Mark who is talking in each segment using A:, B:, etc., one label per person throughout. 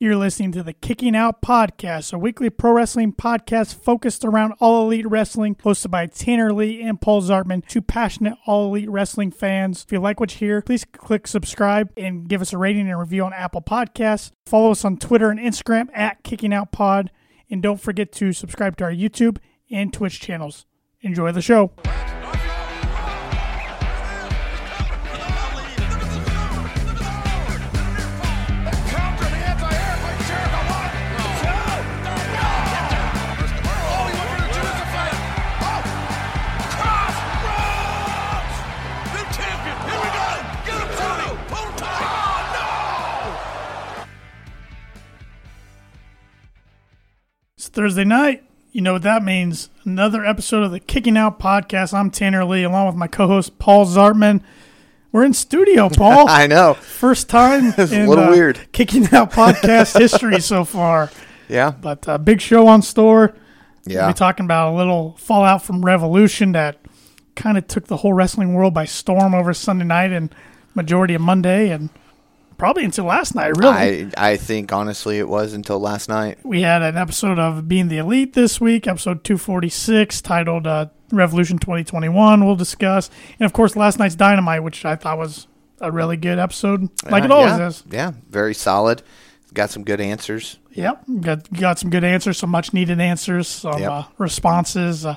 A: You're listening to the Kicking Out Podcast, a weekly pro wrestling podcast focused around all elite wrestling, hosted by Tanner Lee and Paul Zartman, two passionate all elite wrestling fans. If you like what you hear, please click subscribe and give us a rating and review on Apple Podcasts. Follow us on Twitter and Instagram at Kicking Out Pod. And don't forget to subscribe to our YouTube and Twitch channels. Enjoy the show. It's Thursday night. You know what that means. Another episode of the Kicking Out Podcast. I'm Tanner Lee, along with my co host, Paul Zartman. We're in studio, Paul.
B: I know.
A: First time uh,
B: It's a little weird.
A: kicking out podcast history so far.
B: Yeah.
A: But uh, big show on store.
B: Yeah.
A: We'll be talking about a little fallout from Revolution that kind of took the whole wrestling world by storm over Sunday night and majority of Monday and probably until last night, really.
B: I I think honestly it was until last night.
A: we had an episode of Being the Elite this week, episode 246, titled uh, Revolution 2021. We'll discuss. And of course, last night's Dynamite, which I thought was a really good episode, like
B: Uh,
A: it always
B: yeah,
A: is.
B: Yeah. Very solid. Got some good answers.
A: Yep, got got some good answers, some much needed answers, some
B: Yep.
A: uh, responses. Uh,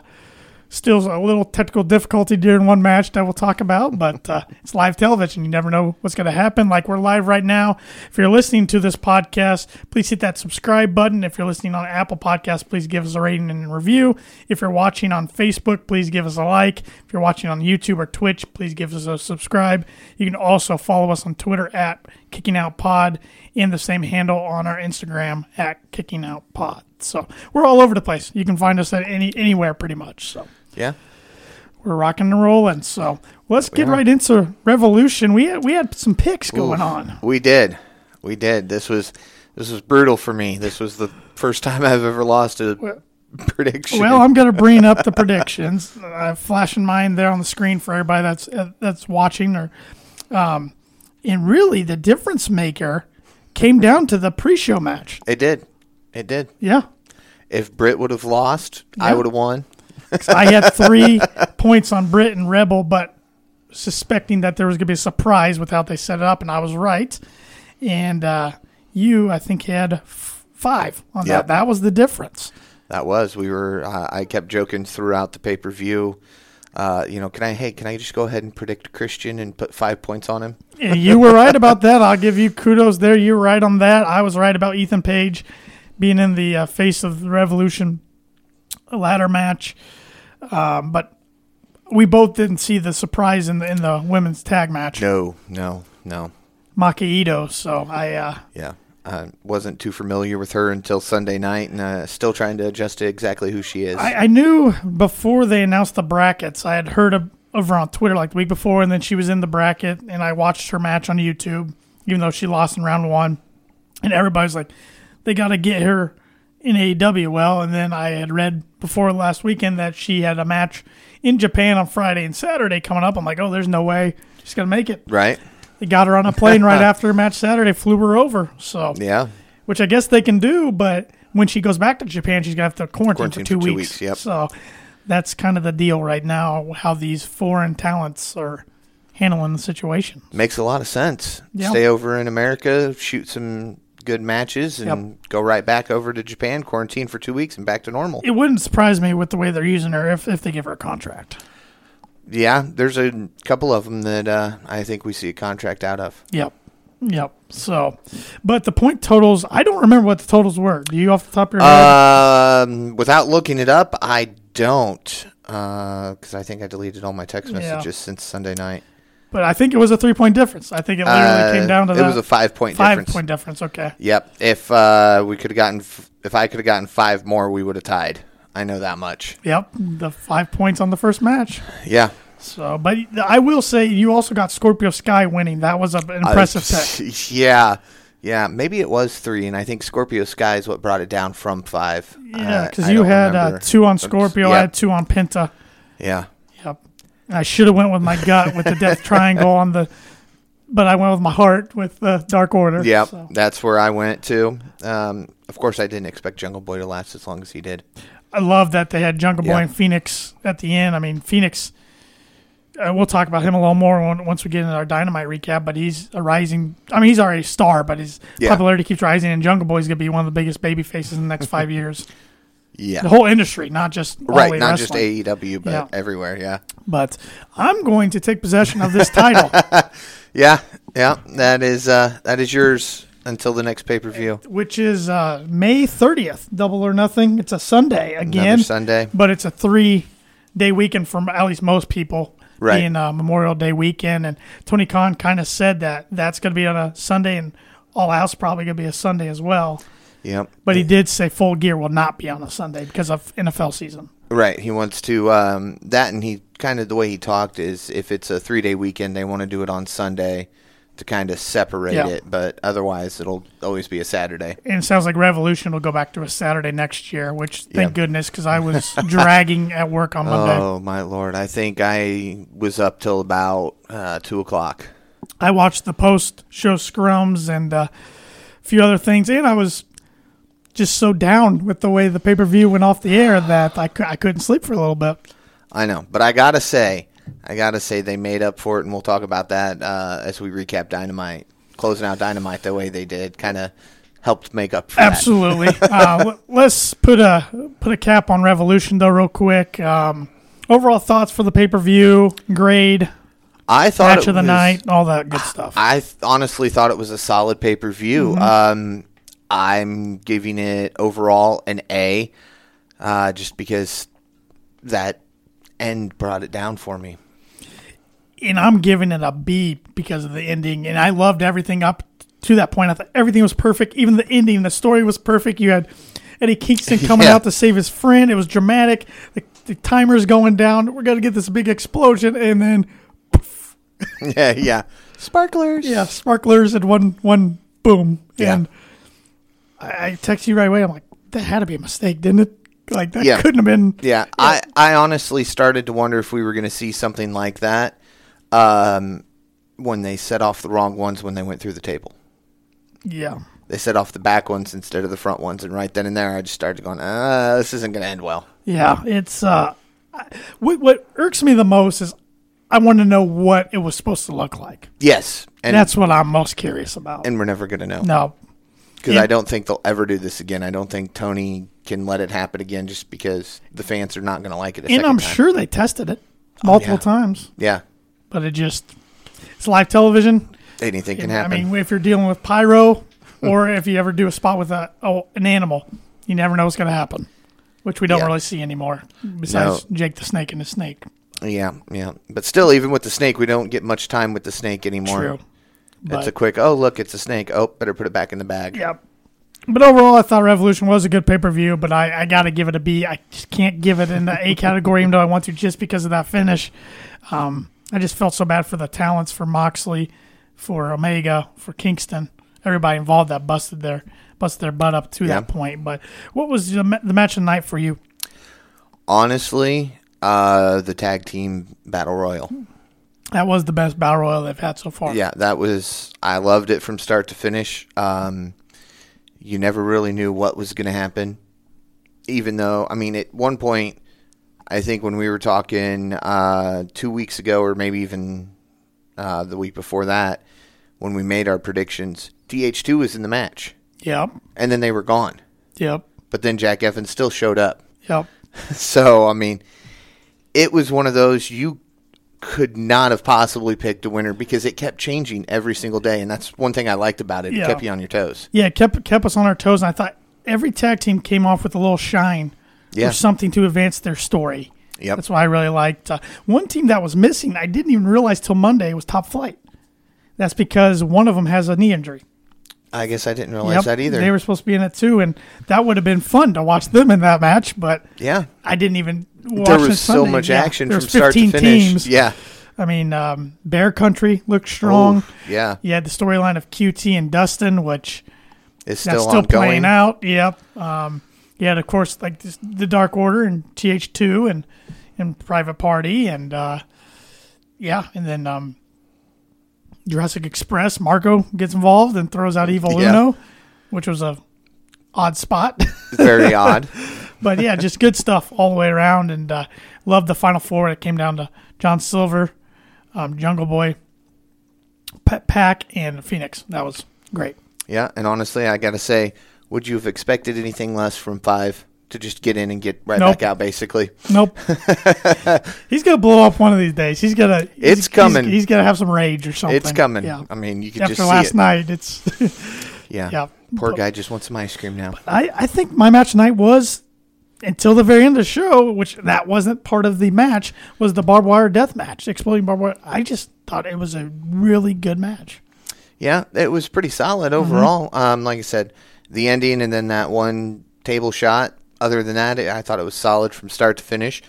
A: still a little technical difficulty during one match that we'll talk about, but uh, it's live television. You never know what's going to happen. Like we're live right now. If you're listening to this podcast, please hit that subscribe button. If you're listening on Apple Podcasts, please give us a rating and review. If you're watching on Facebook, please give us a like. If you're watching on YouTube or Twitch, please give us a subscribe. You can also follow us on Twitter at Kicking Out Pod and the same handle on our Instagram at Kicking Out Pod. So we're all over the place. You can find us at any anywhere pretty much. So
B: Yeah.
A: we're rocking and rolling. So let's get right into Revolution. We had, we had some picks going on.
B: We did. We did. This was this was brutal for me. This was the first time I've ever lost a prediction.
A: Well, I'm going to bring up the predictions. I'm flashing mine there on the screen for everybody that's uh, that's watching. Or, um, and really, the difference maker came down to the pre-show match.
B: it did. It did.
A: Yeah,
B: If Britt would have lost, I
A: Yeah.
B: would have won.
A: 'Cause I had three points on Brit and Rebel, but suspecting that there was going to be a surprise with how they set it up, and I was right. And uh, you, I think, had f- five on that.
B: Yep.
A: That was the difference.
B: That was. We were. Uh, I kept joking throughout the pay per view. Uh, you know, can I? Hey, can I just go ahead and predict Christian and put five points on him?
A: And you were right about that. I'll give you kudos there. You were right on that. I was right about Ethan Page being in the uh, face of the Revolution ladder match, um, but we both didn't see the surprise in the in the women's tag match,
B: No, no, no.
A: Maki Ito. So I. Uh,
B: Yeah. I wasn't too familiar with her until Sunday night, and uh, still trying to adjust to exactly who she is.
A: I, I knew before they announced the brackets, I had heard of, of her on Twitter like the week before, and then she was in the bracket, and I watched her match on YouTube, even though she lost in round one. And everybody's like, they got to get her in AEW. Well, and then I had read before last weekend that she had a match in Japan on Friday and Saturday coming up. I'm like, oh, there's no way she's going to make it.
B: right?
A: They got her on a plane right after her match Saturday, flew her over. So,
B: Yeah.
A: which I guess they can do, but when she goes back to Japan, she's gonna have to quarantine,
B: Quarantine
A: for two
B: for two
A: weeks.
B: weeks, yep.
A: So that's kind of the deal right now. How these foreign talents are handling the situation.
B: Makes a lot of sense.
A: Yeah.
B: Stay over in America, shoot some good matches, and go right back over to Japan, quarantine for two weeks, and back to normal.
A: It wouldn't surprise me with the way they're using her if, if they give her a contract.
B: yeah. There's a couple of them that uh, I think we see a contract out of.
A: Yep. Yep. So, but the point totals, I don't remember what the totals were. Do you off the top of your head?
B: Um, without looking it up, I don't, because I think I deleted all my text
A: Yeah.
B: messages since Sunday night.
A: but I think it was a three point difference. I think it literally
B: Uh,
A: came down to
B: it
A: that.
B: was a five point
A: five
B: difference.
A: point difference. Okay.
B: Yep. If uh, we could have gotten, f- if I could have gotten five more, we would have tied. I know that much.
A: Yep. The five points on the first match.
B: Yeah.
A: So, but I will say you also got Scorpio Sky winning. That was a- an impressive tech.
B: yeah. Yeah. Maybe it was three, and I think Scorpio Sky is what brought it down from five.
A: Yeah,
B: Uh,
A: because
B: I
A: you
B: don't
A: had uh,
B: remember.
A: two on Scorpio, I
B: Yep.
A: had two on Penta.
B: Yeah.
A: Yep. I should have went with my gut with the Death Triangle on the but I went with my heart with the Dark Order.
B: Yeah,
A: so.
B: that's where I went to. Um, of course, I didn't expect Jungle Boy to last as long as he did.
A: I love that they had Jungle Boy
B: Yeah.
A: and Phoenix at the end. I mean, Phoenix. Uh, we'll talk about him a little more when, once we get into our Dynamite recap. But he's a rising. I mean, he's already a star, but his
B: Yeah.
A: popularity keeps rising, and Jungle Boy's gonna be one of the biggest baby faces in the next five years.
B: Yeah,
A: The whole industry, not just all
B: right.
A: elite
B: Not just
A: wrestling.
B: AEW, but
A: Yeah.
B: everywhere. Yeah,
A: But I'm going to take possession of this title.
B: yeah, yeah. That is uh, that is yours until the next pay per view.
A: which is uh, May 30th, Double or Nothing. It's a Sunday again,
B: Another Sunday.
A: but it's a three day weekend for at least most people,
B: Right.
A: being uh, Memorial Day weekend. And Tony Khan kind of said that that's going to be on a Sunday, and All Out's probably going to be a Sunday as well.
B: Yep.
A: But he did say Full Gear will not be on a Sunday because of NFL season.
B: Right. He wants to um, that, and he kind of the way he talked is if it's a three day weekend, they want to do it on Sunday to kind of separate
A: Yeah.
B: it, but otherwise it'll always be a Saturday.
A: And it sounds like Revolution will go back to a Saturday next year, which thank
B: Yeah.
A: goodness because I was dragging at work on Monday.
B: Oh my lord! I think I was up till about uh, two o'clock.
A: I watched the post show scrums and uh, a few other things, and I was just so down with the way the pay per view went off the air that I, cou- I couldn't sleep for a little bit.
B: I know, but I gotta say, I gotta say they made up for it, and we'll talk about that uh, as we recap Dynamite, closing out Dynamite the way they did, kind of helped make up for
A: Absolutely. uh, l- let's put a put a cap on Revolution though, real quick. Um, overall thoughts for the pay per view grade,
B: that. I thought
A: match
B: it
A: of the
B: was-
A: night, all that good stuff.
B: I th- honestly thought it was a solid pay per view. Um, I'm giving it overall an A, uh, just because that end brought it down for me.
A: and I'm giving it a B because of the ending. And I loved everything up to that point. I thought everything was perfect. Even the ending, the story was perfect. You had Eddie Kingston coming
B: Yeah.
A: out to save his friend. It was dramatic. The, the timer's going down. We're gonna get this big explosion, and then
B: yeah, yeah. Sparklers.
A: yeah, sparklers and one one boom.
B: Yeah.
A: And I, I text you right away. I'm like, that had to be a mistake, didn't it? Like that
B: Yeah.
A: couldn't have been.
B: Yeah, I, I honestly started to wonder if we were going to see something like that um, when they set off the wrong ones when they went through the table.
A: Yeah.
B: They set off the back ones instead of the front ones, and right then and there, I just started going, "Ah, this isn't going to end well."
A: Yeah, it's uh, I- what what irks me the most is I want to know what it was supposed to look like.
B: Yes, and
A: That's what I'm most curious about.
B: and we're never going to know
A: no,
B: because
A: and-
B: I don't think they'll ever do this again. I don't think Tony can let it happen again just because the fans are not going to like it. A
A: and
B: second
A: I'm
B: time. Oh,
A: sure they tested it multiple
B: yeah.
A: times,
B: yeah,
A: but it just it's live television.
B: anything can
A: I
B: happen.
A: mean, if you're dealing with pyro, or if you ever do a spot with a oh, an animal, you never know what's going to happen, which we don't
B: Yeah.
A: really see anymore. Besides Jake the Snake and the Snake,
B: yeah, yeah, but still, even with the snake, we don't get much time with the snake anymore.
A: true. But,
B: It's a quick, oh, look, it's a snake. Oh, better put it back in the bag.
A: Yeah. But overall, I thought Revolution was a good pay per view, but I, I got to give it a B. I just can't give it in the A category, even though I want to, just because of that finish. Um, I just felt so bad for the talents for Moxley, for Omega, for Kingston, everybody involved that busted their busted their butt up to
B: Yeah.
A: that point. But what was the, ma- the match of the night for you?
B: Honestly, uh, the tag team battle royal.
A: That was the best battle royal they've had so far.
B: Yeah, that was, I loved it from start to finish. Um, you never really knew what was going to happen. Even though, I mean, at one point, I think when we were talking uh, two weeks ago, or maybe even uh, the week before that, when we made our predictions, DH2 was in the match,
A: Yep.
B: and then they were gone.
A: Yep.
B: But then Jack Evans still showed up.
A: Yep.
B: So I mean, it was one of those you could not have possibly picked a winner because it kept changing every single day, and that's one thing I liked about it. It
A: Yeah.
B: kept you on your toes.
A: Yeah, it kept kept us on our toes. And I thought every tag team came off with a little shine
B: Yeah.
A: or something to advance their story.
B: Yep.
A: That's why I really liked uh, one team that was missing. I didn't even realize till Monday was Top Flight. That's because one of them has a knee injury.
B: I guess Oh, I didn't realize that either.
A: They were supposed to be in it too, and that would have been fun to watch them in that match. But
B: yeah,
A: I didn't even. Watch
B: there
A: it
B: was so
A: Sunday.
B: much
A: Yeah,
B: action
A: there
B: from
A: was
B: start to
A: 15
B: finish.
A: Teams.
B: Yeah,
A: I mean, um, Bear Country looked strong.
B: Oof, yeah,
A: You had the storyline of QT and Dustin, which
B: it's still,
A: that's still,
B: ongoing.
A: playing out. Yep. Um, yeah, and of course, like this, the Dark Order and TH2 and and Private Party and uh, yeah, and then um, Jurassic Express, Marco gets involved and throws out Evil
B: Yeah.
A: Uno, which was a odd spot.
B: Very odd.
A: but yeah, just good stuff all the way around, and uh, love the final four. It came down to John Silver, um, Jungle Boy, Pet Pack, and Phoenix. That was great.
B: Yeah, and honestly, I gotta say, would you have expected anything less from five to just get in and get right
A: Nope.
B: back out? Basically,
A: Nope, he's gonna blow up one of these days. He's gonna. he's-
B: It's
A: he's-
B: coming.
A: He's, gonna have some rage or something.
B: it's coming.
A: Yeah.
B: I mean, you can
A: After
B: just see
A: last
B: it.
A: night, it's.
B: Yeah.
A: yeah.
B: Poor
A: But-
B: guy just wants some ice cream now.
A: I, I think my match tonight was until the very end of the show, which that wasn't part of the match, was the barbed wire death match, exploding barbed wire. I just thought it was a really good match.
B: Yeah, it was pretty solid
A: Mm-hmm.
B: overall. Um, like I said, the ending and then that one table shot. Other than that, I thought it was solid from start to finish.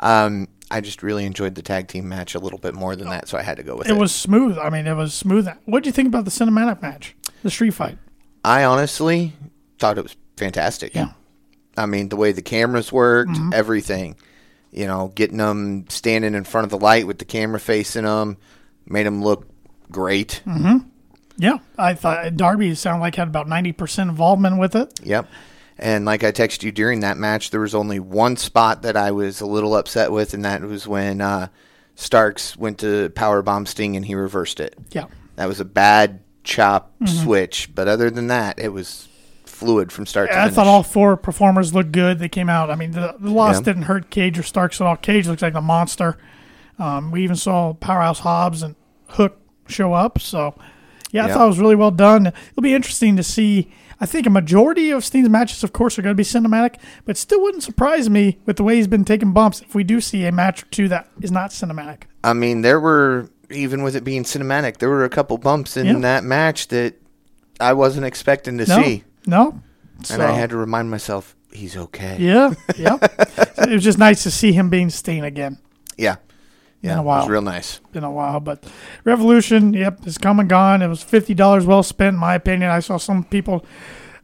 B: Um, I just really enjoyed the tag team match a little bit more than that, so I had to go with it.
A: It was smooth. I mean, it was smooth. What do you think about the cinematic match, the street fight?
B: I honestly thought it was fantastic.
A: Yeah. Mm-hmm.
B: I mean, the way the cameras worked, everything. You know, getting them standing in front of the light with the camera facing them made them look great.
A: Yeah, I thought uh, Darby sounded like had about ninety percent involvement with it.
B: Yep. And like I texted you during that match, there was only one spot that I was a little upset with, and that was when uh, Starks went to powerbomb Sting and he reversed it.
A: Yeah,
B: That was a bad chop
A: Mm-hmm.
B: switch, but other than that, it was fluid from start to
A: I
B: finish.
A: thought all four performers looked good. They came out. I mean, the, the loss
B: Yeah.
A: didn't hurt Cage or Starks at all. Cage looks like the monster. Um, we even saw Powerhouse Hobbs and Hook show up. So, yeah, I
B: Yeah.
A: thought it was really well done. It'll be interesting to see. I think a majority of Steen's matches, of course, are going to be cinematic, but still wouldn't surprise me with the way he's been taking bumps if we do see a match or two that is not cinematic.
B: I mean, there were even with it being cinematic, there were a couple bumps in
A: Yeah.
B: that match that I wasn't expecting to
A: No,
B: see,
A: no.
B: and I had to remind myself he's okay.
A: yeah, yeah. it was just nice to see him being Steen again.
B: yeah, yeah.
A: a
B: it
A: while.
B: was real nice.
A: in a while. But Revolution, yep, it's come and gone. It was fifty dollars well spent, in my opinion. I saw some people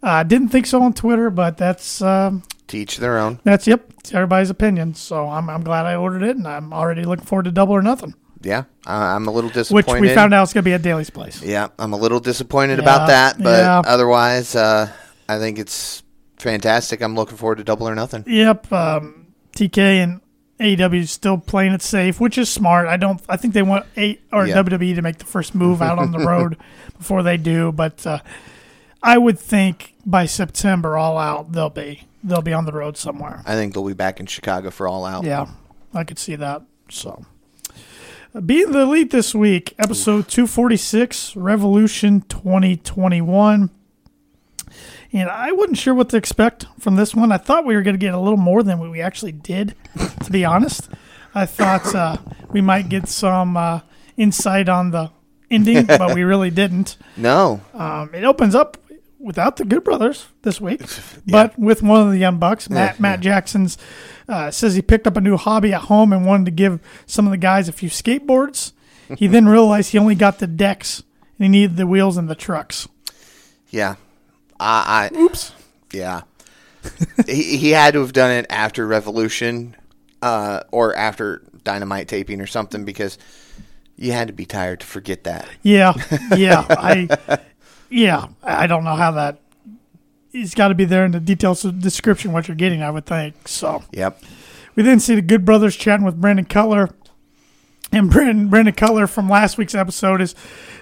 A: uh, didn't think so on Twitter, but that's um,
B: To each their own.
A: that's yep, it's everybody's opinion. So I'm I'm glad I ordered it, and I'm already looking forward to Double or Nothing,
B: Yeah, I, I'm a little
A: which
B: disappointed.
A: we found out it's going to be at Daly's place.
B: Yeah, I'm a little disappointed
A: Yeah,
B: about that, but
A: yeah.
B: otherwise, uh, I think it's fantastic. I'm looking forward to Double or Nothing.
A: Yep, um, TK and. AEW is still playing it safe, which is smart. I don't. I think they want eight or
B: Yeah.
A: WWE to make the first move out on the road before they do. But uh, I would think by September, all out they'll be they'll be on the road somewhere.
B: I think they'll be back in Chicago for All Out.
A: Yeah, I could see that. So, Uh, being the elite this week, episode two forty six, Revolution twenty twenty one. And I wasn't sure what to expect from this one. I thought we were going to get a little more than what we actually did, to be honest. I thought uh, we might get some uh, insight on the ending, but we really didn't.
B: No,
A: Um, it opens up without the Good Brothers this week, but with one of the Young Bucks. Matt, Matt Jackson's uh, says he picked up a new hobby at home and wanted to give some of the guys a few skateboards. He then realized he only got the decks and he needed the wheels and the trucks.
B: yeah, I, I
A: Oops.
B: yeah, he, he had to have done it after Revolution, uh, or after Dynamite taping or something because you had to be tired to forget that.
A: Yeah, yeah, I, yeah, I don't know how that. It's got to be there in the details of description what you're getting, I would think. So.
B: Yep.
A: We then see the Good Brothers chatting with Brandon Cutler. And Brandon, Brandon Cutler from last week's episode is,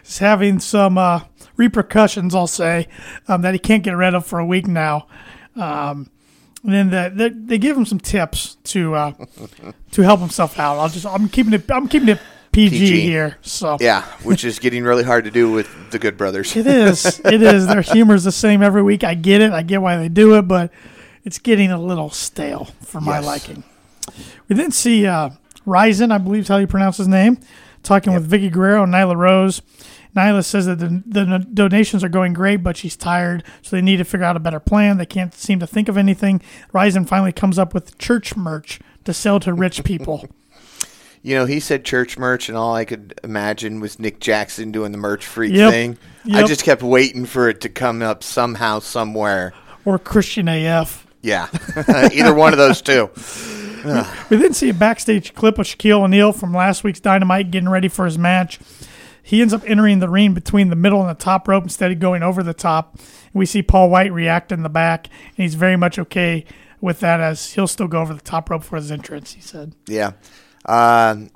A: is having some uh, repercussions, I'll say, um, that he can't get rid of for a week now. Um, and then the, the, they give him some tips to uh, to help himself out. I'll just I'm keeping it I'm keeping it PG,
B: PG.
A: here. So
B: Yeah, which is getting really hard to do with the Good Brothers.
A: it is it is their humor's the same every week. I get it. I get why they do it, but it's getting a little stale for my
B: Yes.
A: liking. We then see uh, Ryzen, I believe is how you pronounce his name, talking with Vicky Guerrero and Nyla Rose. Nyla says that the, the donations are going great, but she's tired, so they need to figure out a better plan. They can't seem to think of anything. Ryzen finally comes up with church merch to sell to rich people.
B: You know, he said church merch, and all I could imagine was Nick Jackson doing the merch freak
A: Yep.
B: thing.
A: Yep.
B: I just kept waiting for it to come up somehow, somewhere.
A: or Christian AF.
B: Yeah, either one of those two.
A: We then see a backstage clip of Shaquille O'Neal from last week's Dynamite getting ready for his match. He ends up entering the ring between the middle and the top rope instead of going over the top. We see Paul White react in the back, and he's very much okay with that as he'll still go over the top rope for his entrance, he said.
B: Yeah. Um,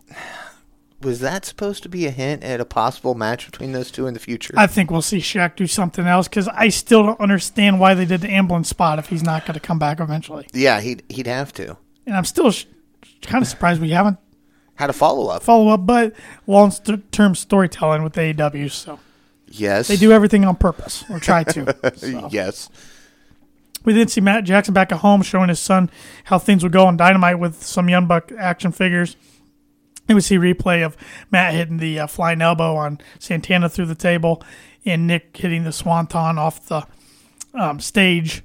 B: was that supposed to be a hint at a possible match between those two in the future?
A: I think we'll see Shaq do something else because I still don't understand why they did the ambulance spot if he's not going to come back eventually.
B: yeah, he'd he'd have to.
A: And I'm still sh- kind of surprised we haven't
B: Had a follow up.
A: follow up, but long st- term storytelling with AEW. So
B: yes, Uh,
A: they do everything on purpose or try to. So.
B: Yes.
A: We did see Matt Jackson back at home showing his son how things would go on Dynamite with some Young Buck action figures. And we see replay of Matt hitting the uh, flying elbow on Santana through the table and Nick hitting the swanton off the um, stage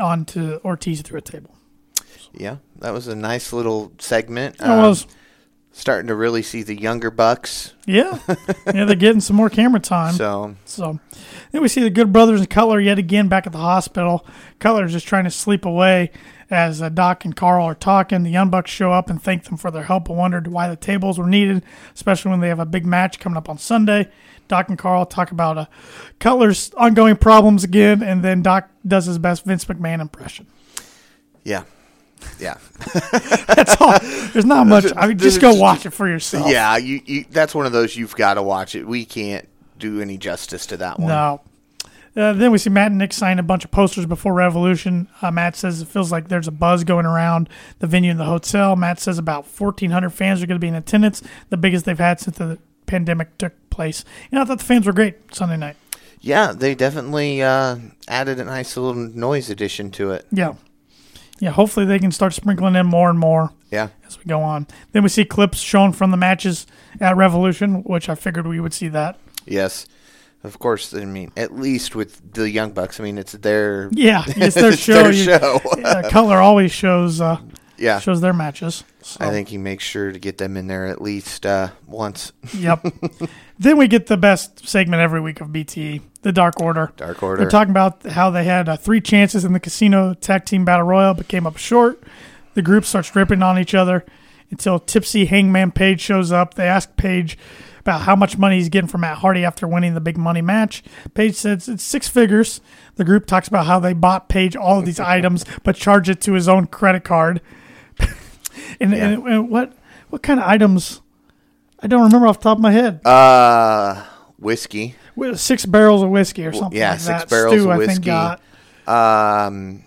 A: onto Ortiz through a table.
B: Yeah, that was a nice little segment. Um,
A: That was,
B: starting to really see the younger bucks.
A: yeah. yeah, they're getting some more camera time.
B: So
A: So then we see the Good Brothers and Cutler yet again back at the hospital. Cutler's just trying to sleep away as uh, Doc and Carl are talking. The Young Bucks show up and thank them for their help and wondered why the tables were needed, especially when they have a big match coming up on Sunday. Doc and Carl talk about uh, Cutler's ongoing problems again, and then Doc does his best Vince McMahon impression.
B: yeah, yeah,
A: That's all. There's not much. I mean, just go watch it for yourself.
B: yeah. You, you that's one of those you've got to watch it. We can't do any justice to that one.
A: No. Uh, then we see Matt and Nick sign a bunch of posters before Revolution. Uh, Matt says it feels like there's a buzz going around the venue and the hotel. Matt says about 1,400 fans are going to be in attendance, the biggest they've had since the pandemic took place. And I thought the fans were great Sunday night.
B: Yeah, they definitely uh, added a nice little noise addition to it.
A: Yeah. Yeah, hopefully they can start sprinkling in more and more
B: Yeah,
A: as we go on. Then we see clips shown from the matches at Revolution, which I figured we would see that.
B: yes, of course. I mean, at least with the young bucks. I mean, it's their
A: Yeah, it's their
B: It's
A: show.
B: their
A: You-
B: show.
A: yeah, Color always shows uh,
B: yeah.
A: shows their matches. So.
B: I think he makes sure to get them in there at least uh, once.
A: Yep. then we get the best segment every week of BTE, the Dark Order.
B: Dark
A: They're
B: Order.
A: talking about how they had uh, three chances in the casino tag team battle royal, but came up short. The group starts ripping on each other until tipsy Hangman Page shows up. They ask Page about how much money he's getting from Matt Hardy after winning the big money match. Page says it's six figures. The group talks about how they bought Page all of these items, but charge it to his own credit card. and, and, and what what kind of items? I don't remember off the top of my head.
B: uh, whiskey.
A: With six barrels of whiskey or something.
B: yeah,
A: like
B: six
A: that.
B: barrels
A: Stu,
B: of
A: I think,
B: whiskey.
A: got-
B: Um,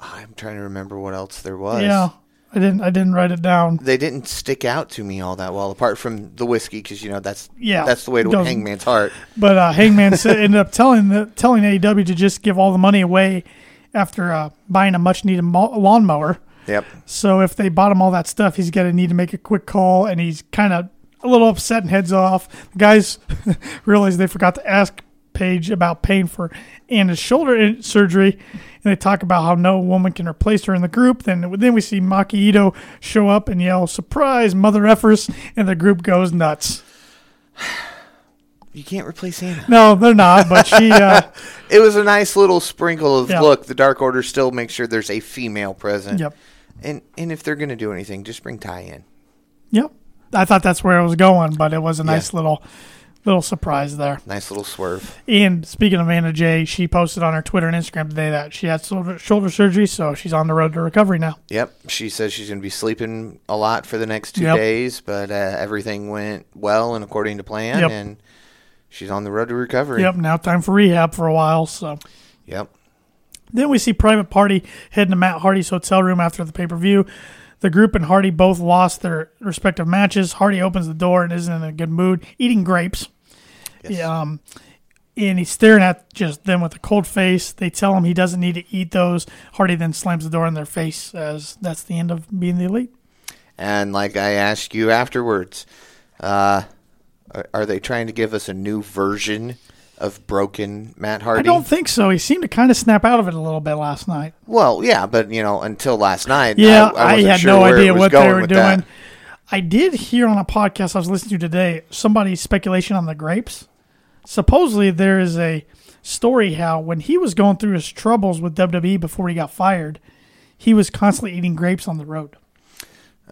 B: I'm trying to remember what else there was.
A: yeah, I didn't. I didn't write it down.
B: They didn't stick out to me all that well, apart from the whiskey, because you know that's
A: Yeah,
B: that's the way to
A: doesn't-
B: Hangman's heart.
A: But uh, Hangman said, ended up telling the, telling AEW to just give all the money away after uh, buying a much needed mo- lawnmower.
B: Yep.
A: So if they bought him all that stuff, he's gonna need to make a quick call, and he's kind of a little upset and heads off. The guys realize they forgot to ask Paige about paying for Anna's shoulder in- surgery, and they talk about how no woman can replace her in the group. Then then we see Maki Ito show up and yell "Surprise, mother effers!" and the group goes nuts.
B: You can't replace Anna.
A: No, they're not, but she. Uh,
B: It was a nice little sprinkle of
A: Yeah.
B: look. The Dark Order still makes sure there's a female present.
A: Yep.
B: And and if they're gonna do anything, just bring Ty in.
A: yep, I thought that's where it was going, but it was a nice little little surprise there.
B: Nice little swerve.
A: And speaking of Anna Jay, she posted on her Twitter and Instagram today that she had shoulder, shoulder surgery, so she's on the road to recovery now.
B: Yep. She says she's gonna be sleeping a lot for the next two
A: Yep.
B: days, but uh, everything went well and according to plan,
A: Yep.
B: and she's on the road to recovery.
A: Yep, now time for rehab for a while. So
B: Yep.
A: then we see Private Party heading to Matt Hardy's hotel room after the pay per view. The group and Hardy both lost their respective matches. Hardy opens the door and isn't in a good mood, eating grapes. Yeah, um, and he's staring at just them with a cold face. They tell him he doesn't need to eat those. Hardy then slams the door in their face as that's the end of being the elite.
B: And like I asked you afterwards, uh, are, are they trying to give us a new version of broken Matt Hardy?
A: I don't think so. He seemed to kind of snap out of it a little bit last night.
B: well, yeah, but you know, until last night,
A: Yeah,
B: I, I
A: I,
B: wasn't
A: had
B: sure
A: no
B: where it
A: idea
B: was
A: what
B: going
A: they were
B: with
A: doing.
B: that.
A: I did hear on a podcast I was listening to today somebody's speculation on the grapes. Supposedly, there is a story how when he was going through his troubles with WWE before he got fired, he was constantly eating grapes on the road.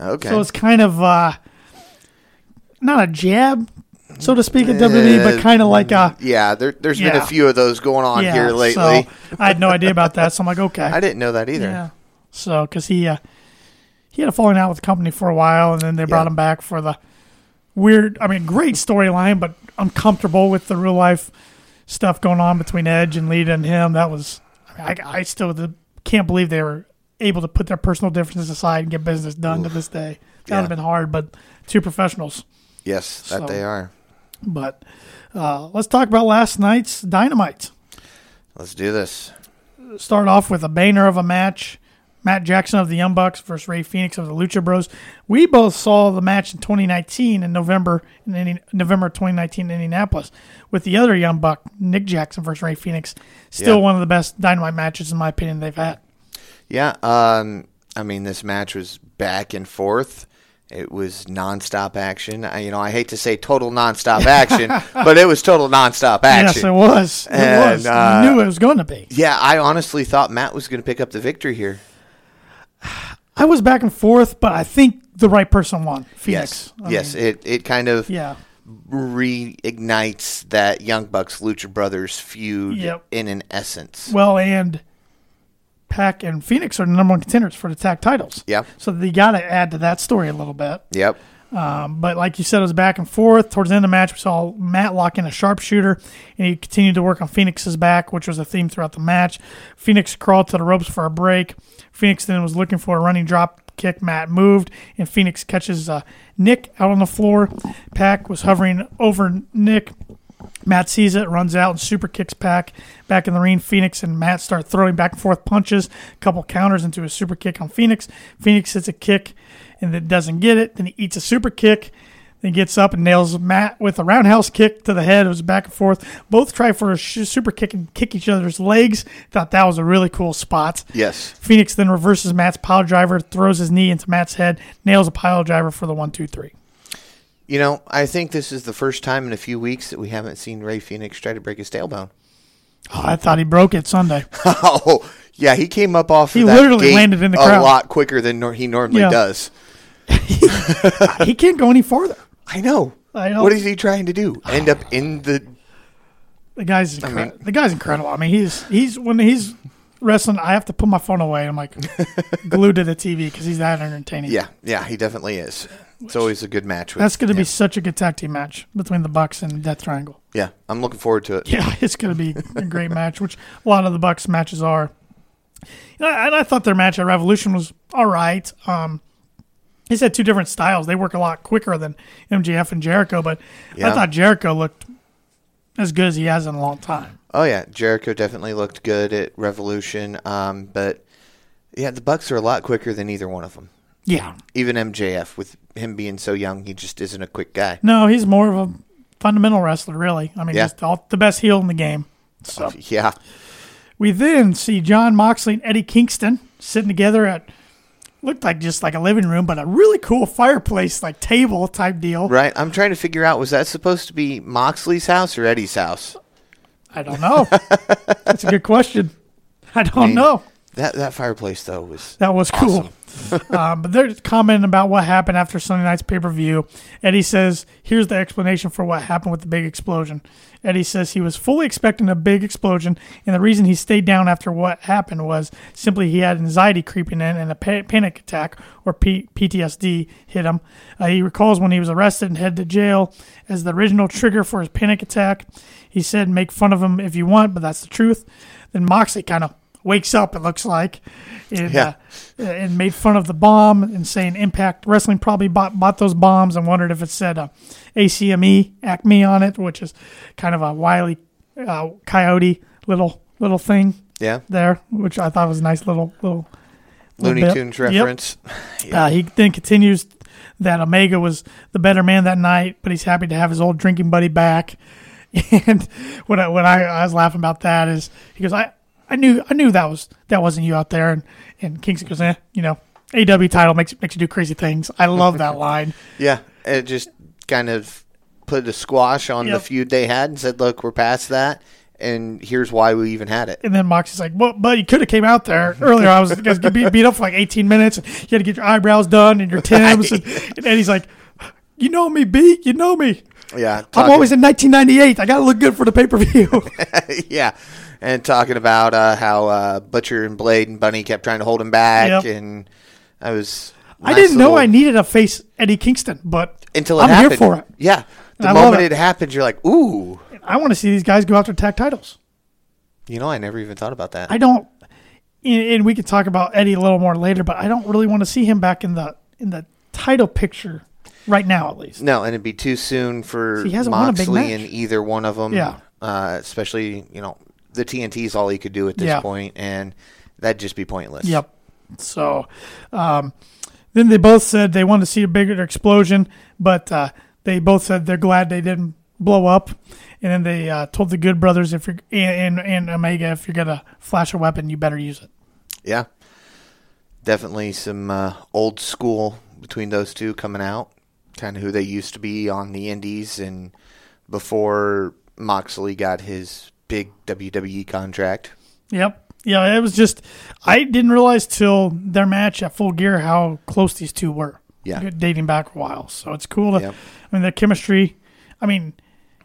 B: Okay,
A: So it's kind of uh, not a jab, so to speak, at WWE, E, but kind of like a
B: mm, Yeah, there, has been
A: Yeah.
B: a few of those going Uh, on
A: yeah.
B: here lately.
A: So I had no idea about that, so I'm like, okay,
B: I didn't know that either.
A: yeah. So because he uh, he had a falling out with the company for a while, and then they brought
B: Yeah.
A: him back for the weird. I mean, great storyline, but uncomfortable with the real life stuff going on between Edge and Lita and him. That was I, I still the, can't believe they were able to put their personal differences aside and get business done to this day. That would
B: Yeah.
A: have been hard, but two professionals.
B: Yes, that
A: So-
B: they are.
A: But uh, let's talk about last night's Dynamite.
B: Let's do this.
A: start off with a banger of a match. Matt Jackson of the Young Bucks versus Ray Phoenix of the Lucha Bros. We both saw the match in 2019 in November in Indi- November 2019 in Indianapolis with the other Young Buck, Nick Jackson versus Ray Phoenix. Still
B: Yeah.
A: one of the best Dynamite matches in my opinion they've had.
B: Yeah, um, I mean, this match was back and forth. It was nonstop action. I, you know, I hate to say total nonstop action, but it was total nonstop action.
A: Yes, it was. It was.
B: And, uh,
A: you knew it was going to be.
B: yeah, I honestly thought Matt was going to pick up the victory here.
A: I was back and forth, but I think the right person won. Phoenix.
B: Yes,
A: I
B: yes,
A: mean,
B: it it kind of
A: yeah.
B: reignites that Young Bucks Lucha Brothers feud
A: Yep.
B: in an essence.
A: Well, and Pack and Phoenix are the number one contenders for the tag titles.
B: Yep.
A: So they got to add to that story a little bit.
B: Yep.
A: Um, but like you said, it was back and forth. Towards the end of the match, we saw Matt lock in a sharpshooter, and he continued to work on Phoenix's back, which was a theme throughout the match. Phoenix crawled to the ropes for a break. Phoenix then was looking for a running drop kick. Matt moved, and Phoenix catches uh, Nick out on the floor. Pack was hovering over Nick. Matt sees it, runs out, and super kicks Pack back in the ring. Phoenix and Matt start throwing back and forth punches, a couple counters into a super kick on Phoenix. Phoenix hits a kick and then doesn't get it. Then he eats a super kick, then gets up and nails Matt with a roundhouse kick to the head. It was back and forth. Both try for a sh- super kick and kick each other's legs. Thought that was a really cool spot.
B: Yes.
A: Phoenix then reverses Matt's pile driver, throws his knee into Matt's head, nails a pile driver for the one, two, three.
B: You know, I think this is the first time in a few weeks that we haven't seen Ray Phoenix try to break his tailbone.
A: Oh, I thought he broke it Sunday.
B: Oh, yeah, he came up off.
A: He
B: of that
A: literally
B: gate
A: landed in the
B: a
A: crowd.
B: lot quicker than nor- he normally
A: Yeah.
B: does.
A: he can't go any farther.
B: I know.
A: I know.
B: What is he trying to do? End up in the?
A: The guy's incre-
B: mean-
A: the guy's incredible. I mean, he's he's when he's wrestling, I have to put my phone away. I'm like glued to the TV because he's that entertaining.
B: Yeah, yeah, he definitely is. It's always a good match. With,
A: that's going to
B: yeah.
A: be such a good tag team match between the Bucks and Death Triangle.
B: Yeah, I'm looking forward to it.
A: Yeah, it's going to be a great match, which a lot of the Bucks matches are. And I, and I thought their match at Revolution was all right. Um, he's had two different styles. They work a lot quicker than MJF and Jericho, but I
B: Yeah.
A: thought Jericho looked as good as he has in a long time.
B: Oh yeah, Jericho definitely looked good at Revolution. Um, but yeah, the Bucks are a lot quicker than either one of them.
A: Yeah,
B: Even MJF, with him being so young, he just isn't a quick guy.
A: No, he's more of a fundamental wrestler, really. I mean,
B: Yeah.
A: just all, the best heel in the game. So
B: Yeah,
A: we then see John Moxley and Eddie Kingston sitting together at looked like just like a living room, but a really cool fireplace, like table type deal.
B: right. I'm trying to figure out was that supposed to be Moxley's house or Eddie's house?
A: I don't know. That's a good question. I don't
B: mean-
A: know.
B: That that fireplace though was
A: That was cool. um, but they're commenting about what happened after Sunday night's pay per view. Eddie says, Here's the explanation for what happened with the big explosion. Eddie says he was fully expecting a big explosion, and the reason he stayed down after what happened was simply he had anxiety creeping in and a pa- panic attack or P- PTSD hit him. Uh, he recalls when he was arrested and headed to jail as the original trigger for his panic attack. He said, Make fun of him if you want, but that's the truth. Then Moxley kind of wakes up, it looks like. And,
B: Yeah.
A: uh, and made fun of the bomb and saying Impact Wrestling probably bought, bought those bombs and wondered if it said uh, ACME E, Acme on it, which is kind of a wily uh, coyote little little thing
B: yeah
A: there, which I thought was a nice little little
B: Looney
A: bit.
B: Tunes
A: Yep.
B: reference.
A: uh, he then continues that Omega was the better man that night, but he's happy to have his old drinking buddy back. And when I, when I, I was laughing about that is he goes, I, I knew I knew that was that wasn't you out there, and and Kingston goes, eh, you know, AW title makes makes you do crazy things. I love that line.
B: Yeah, it just kind of put a squash on the
A: Yep.
B: feud they had and said, "Look, we're past that, and here's why we even had it."
A: And then Moxie's like, well, but you could have came out there earlier. I was you guys get beat, beat up for like 18 minutes. And you had to get your eyebrows done and your Tim's. And, and Eddie's like, You know me, B. You know me.
B: Yeah,
A: I'm
B: talking-
A: always in 1998. I got to look good for the pay per view.
B: yeah, and talking about uh, how uh, Butcher and Blade and Bunny kept trying to hold him back,
A: Yep.
B: and I was.
A: I
B: nice
A: didn't know
B: little-
A: I needed a face Eddie Kingston, but
B: until it
A: I'm here
B: happened.
A: for it.
B: Yeah, the
A: I love
B: moment
A: it.
B: it. happened, you're like, ooh.
A: I want to see these guys go out there and tag titles.
B: You know, I never even thought about that.
A: I don't, and and we can talk about Eddie a little more later, but I don't really want to see him back in the in the title picture right now, at least.
B: no, and it'd be too soon for
A: He hasn't won a big
B: Moxley
A: match.
B: in either one of them.
A: Yeah.
B: uh, especially you know the TNT is all he could do at this
A: Yeah.
B: point, and that'd just be pointless.
A: Yep. So, um, then they both said they wanted to see a bigger explosion, but uh, they both said they're glad they didn't blow up. And then they uh, told the Good Brothers if you're and, and and Omega if you're gonna flash a weapon, you better use it.
B: Yeah. Definitely some uh, old school between those two coming out. Kind of who they used to be on the indies and before Moxley got his big WWE contract.
A: Yep. Yeah, it was just I didn't realize till their match at Full Gear how close these two were.
B: Yeah.
A: Dating back a while, so it's cool to.
B: Yep.
A: I mean, their chemistry. I mean,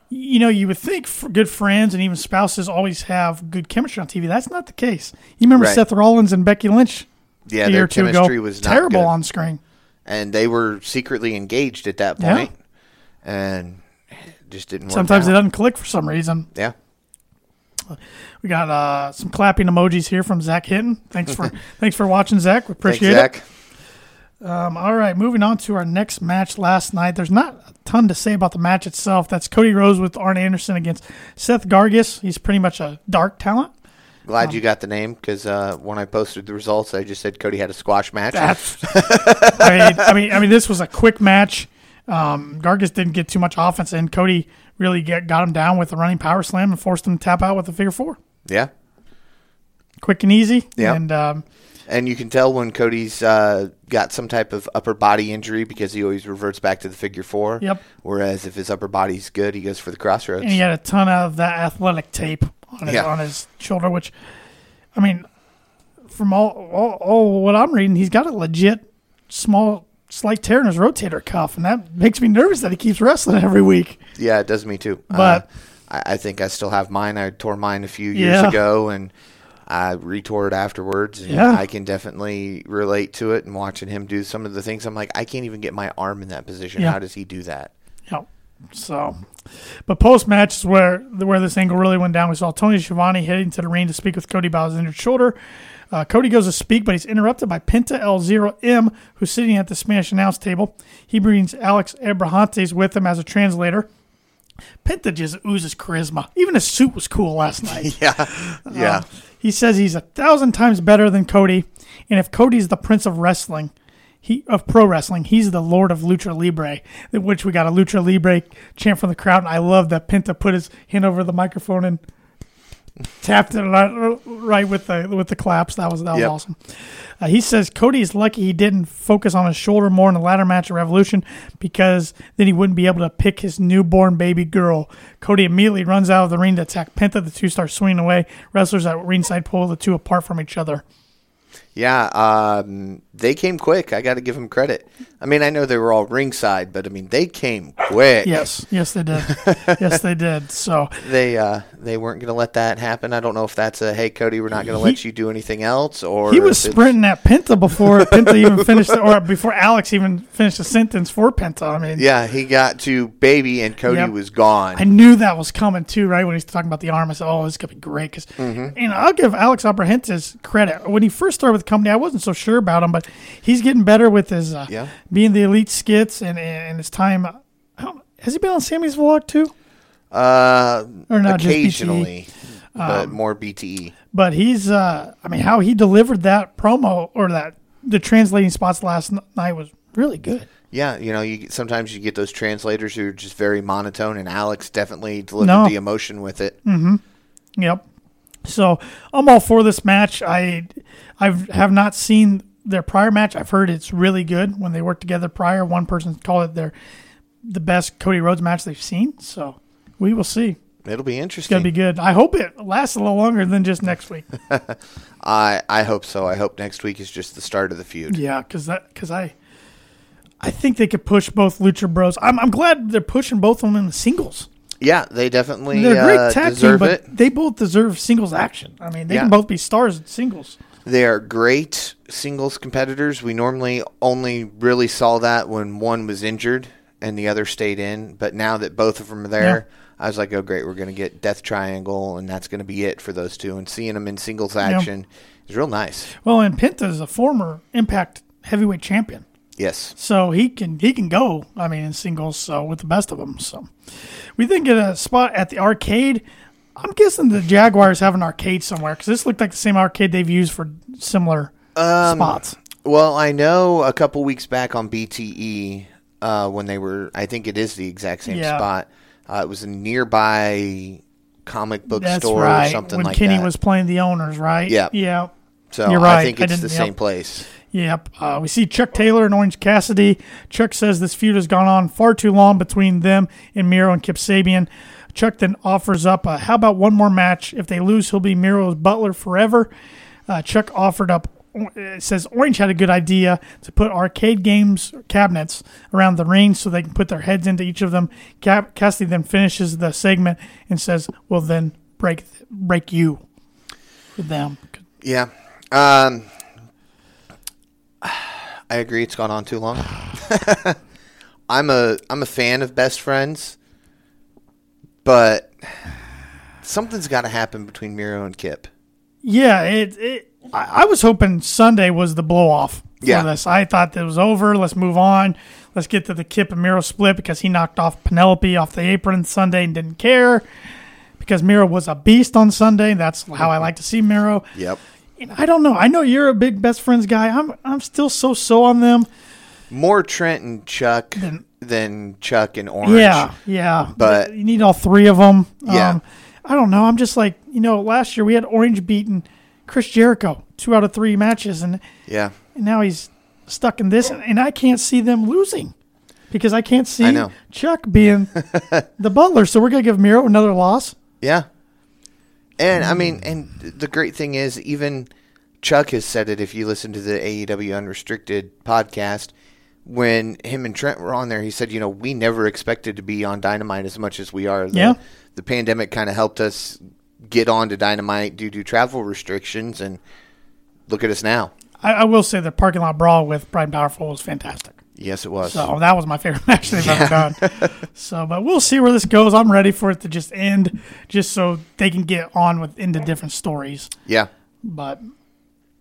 A: you know, you would think f good friends and even spouses always have good chemistry on TV. That's not the case. You remember
B: Right.
A: Seth Rollins and Becky Lynch
B: Yeah,
A: a year
B: their
A: or two
B: chemistry
A: ago?
B: was not
A: terrible
B: good.
A: on screen.
B: and they were secretly engaged at that
A: Yeah.
B: point, and it just didn't.
A: Sometimes it
B: work out.
A: doesn't click for some reason.
B: Yeah,
A: We got uh, some clapping emojis here from Zach Hinton. Thanks for thanks for watching, Zach. We appreciate it.
B: Thanks, Zach.
A: Um, all right, moving on to our next match last night. There's not a ton to say about the match itself. That's Cody Rose with Arn Anderson against Seth Gargis. He's pretty much a dark talent.
B: Glad
A: Oh.
B: you got the name because uh, when I posted the results, I just said Cody had a squash match.
A: That's. I, mean, I mean, I mean, this was a quick match. Um, Gargis didn't get too much offense, and Cody really get, got him down with the running power slam and forced him to tap out with a figure four.
B: yeah,
A: Quick and easy.
B: Yeah.
A: And um,
B: And you can tell when Cody's uh, got some type of upper body injury because he always reverts back to the figure four.
A: Yep.
B: Whereas if his upper body's good, he goes for the crossroads.
A: and he had a ton of that athletic tape on his,
B: Yeah.
A: on his shoulder, which, I mean, from all, all all what I'm reading, he's got a legit small, slight tear in his rotator cuff, and that makes me nervous that he keeps wrestling every week.
B: Yeah, it does me too.
A: But-
B: uh, I, I think I still have mine. I tore mine a few years
A: Yeah.
B: ago, and I retore it afterwards. And
A: Yeah.
B: I can definitely relate to it. And watching him do some of the things, I'm like, I can't even get my arm in that position.
A: Yeah.
B: How does he do that?
A: Yeah. So, but post match is where where this angle really went down. We saw Tony Schiavone heading to the ring to speak with Cody about his injured shoulder. Uh, Cody goes to speak, but he's interrupted by Penta L0M, who's sitting at the Spanish announce table. He brings Alex Abrahantes with him as a translator. Penta just oozes charisma. Even his suit was cool last night.
B: Yeah, yeah.
A: Um, he says he's a thousand times better than Cody, and if Cody's the prince of wrestling, he of pro wrestling, he's the lord of lucha libre. in Which we got a lucha libre chant from the crowd, and I love that Penta put his hand over the microphone and tapped it right, right with the with the claps. That was that was
B: Yep.
A: awesome. Uh, he says Cody is lucky he didn't focus on his shoulder more in the latter match of Revolution because then he wouldn't be able to pick his newborn baby girl. Cody immediately runs out of the ring to attack Penta. The two start swinging away. Wrestlers at ringside pull the two apart from each other.
B: Yeah, um, they came quick. I got to give them credit. I mean, I know they were all ringside, but I mean, they came quick.
A: Yes, yes they did. yes they did. So
B: They uh, they weren't going to let that happen. I don't know if that's a hey, Cody, we're not going to
A: He-
B: let you do anything else, or
A: he was
B: if it's-
A: sprinting at Penta before Penta even finished, or before Alex even finished the sentence for Penta. I mean,
B: Yeah, he got to baby, and Cody
A: Yep.
B: was gone.
A: I knew that was coming too, right? When he's talking about the arm, I said, "Oh, this could be great." Because,
B: Mm-hmm.
A: and I'll give Alex Abrahantes credit. When he first started with the company, I wasn't so sure about him, but he's getting better with his uh,
B: Yeah.
A: being the elite skits and and his time. I don't, has he been on Sammy's vlog too?
B: uh,
A: Or not just E. BTE.
B: occasionally, but
A: Um,
B: more E. BTE.
A: But he's, uh, I mean, how he delivered that promo or that the translating spots last n- night was really good.
B: Yeah, you know, you sometimes you get those translators who are just very monotone, and Alex definitely delivered
A: No. Mm.
B: the emotion with it.
A: Yep. So I'm all for this match. I I've have not seen their prior match. I've heard it's really good when they worked together prior. One person called it their the best Cody Rhodes match they've seen. So we will see.
B: It'll be
A: It's gonna
B: interesting.
A: be good. I hope it lasts a little longer than just next week.
B: I I hope so. I hope next week is just the start of the feud.
A: yeah, because that because I I think they could push both Lucha Bros. I'm, I'm glad they're pushing both of them in the singles.
B: Yeah, they definitely
A: They're a great
B: uh,
A: tag team,
B: deserve
A: but
B: it.
A: they both deserve singles action. I mean, they
B: Yeah.
A: can both be stars in singles.
B: They are great singles competitors. We normally only really saw that when one was injured and the other stayed in. But now that both of them are there, I was like, oh, great. We're going to get Death Triangle, and that's going to be it for those two. And seeing them in singles action is real nice.
A: Well, and Penta is a former Impact heavyweight champion.
B: Yes.
A: So he can he can go. I mean, in singles, so with the best of them. So we didn't get a spot at the arcade. I'm guessing the Jaguars have an arcade somewhere because this looked like the same arcade they've used for similar
B: Um,
A: spots.
B: Well, I know a couple weeks back on BTE uh, when they were, I think it is the exact same
A: Yeah.
B: spot. Uh, it was a nearby comic book
A: That's
B: store
A: right.
B: or something
A: when
B: like
A: Kenny
B: that.
A: was playing the owners, right?
B: Yeah.
A: Yeah.
B: so
A: you're
B: I
A: right.
B: think
A: I
B: it's the
A: didn't-
B: same
A: yep.
B: place.
A: Yep. Uh, we see Chuck Taylor and Orange Cassidy. Chuck says this feud has gone on far too long between them and Miro and Kip Sabian. Chuck then offers up, uh, how about one more match? If they lose, he'll be Miro's butler forever. Uh, Chuck offered up, it says Orange had a good idea to put arcade games cabinets around the ring so they can put their heads into each of them. Cap- Cassidy then finishes the segment and says, we'll then break, break you for them.
B: Yeah. Um, I agree. It's gone on too long. I'm a I'm a fan of Best Friends, but something's got to happen between Miro and Kip.
A: Yeah, it. it I, I was hoping Sunday was the blow off for
B: Yeah.
A: this. I thought that it was over. Let's move on. Let's get to the Kip and Miro split because he knocked off Penelope off the apron Sunday and didn't care because Miro was a beast on Sunday. That's how I like to see Miro.
B: Yep.
A: And I don't know. I know you're a big best friends guy. I'm I'm still so so on them.
B: More Trent and Chuck than, Chuck and Orange.
A: Yeah, yeah.
B: But-
A: you need all three of them.
B: Yeah.
A: I don't know. I'm just like you know. Last year we had Orange beaten Chris Jericho two out of three matches and.
B: Yeah.
A: and now he's stuck in this, and I can't see them losing because I can't see
B: I know.
A: Chuck being the butler. So we're gonna give Miro another loss.
B: Yeah. And I mean, and the great thing is, even Chuck has said it. If you listen to the AEW Unrestricted podcast, when him and Trent were on there, he said, "You know, we never expected to be on Dynamite as much as we are. The,
A: Yeah.
B: the pandemic kind of helped us get on to Dynamite due to travel restrictions, and look at us now.
A: I, I will say the parking lot brawl with Prime Powerful was fantastic.
B: Yes, it was.
A: So that was my favorite match they've ever done. So, but we'll see where this goes. I'm ready for it to just end, just so they can get on with into different stories.
B: Yeah,
A: But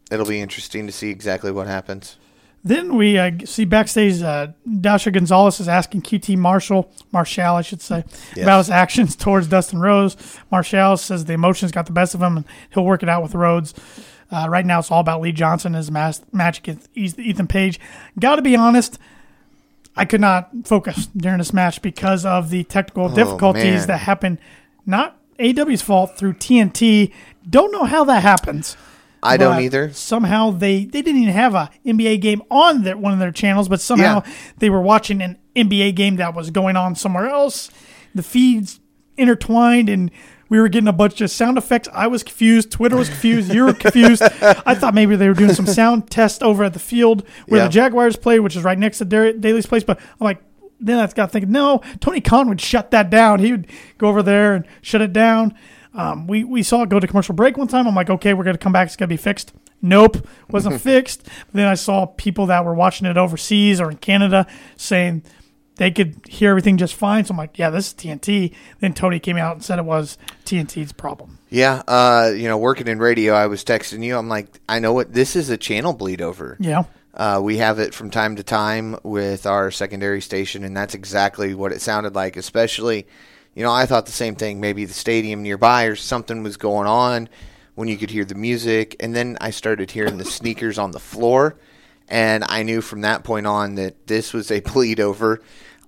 B: it'll be interesting to see exactly what happens.
A: Then we uh, see backstage uh, Dasha Gonzalez is asking QT Marshall, Marshall, I should say,
B: Yes.
A: about his actions towards Dustin Rhodes. Marshall says the emotions got the best of him and he'll work it out with Rhodes. Uh, right now, it's all about Lee Johnson and his mas- match against Eas- Ethan Page. Got to be honest, I could not focus during this match because of the technical difficulties
B: Oh, man.
A: that happened. Not AW's fault through TNT. Don't know how that happens.
B: I don't
A: But
B: either.
A: Somehow they they didn't even have a NBA game on their, one of their channels, but somehow
B: Yeah.
A: they were watching an NBA game that was going on somewhere else. The feeds intertwined and we were getting a bunch of sound effects. I was confused. Twitter was confused. You were confused. I thought maybe they were doing some sound test over at the field where
B: Yeah.
A: the Jaguars play, which is right next to Dar- Daly's place. But I'm like, then I got thinking, no, Tony Khan would shut that down. He would go over there and shut it down. Um, we, we saw it go to commercial break one time. I'm like, okay, we're going to come back. It's going to be fixed. Nope, wasn't fixed. Then I saw people that were watching it overseas or in Canada saying they could hear everything just fine. So I'm like, yeah, this is TNT. Then Tony came out and said it was TNT's problem.
B: Yeah, uh, you know, working in radio, I was texting you. I'm like, I know what this is a channel bleed over.
A: Yeah.
B: Uh, we have it from time to time with our secondary station, and that's exactly what it sounded like. Especially, you know, I thought the same thing. Maybe the stadium nearby or something was going on when you could hear the music, and then I started hearing the sneakers on the floor, and I knew from that point on that this was a bleed over.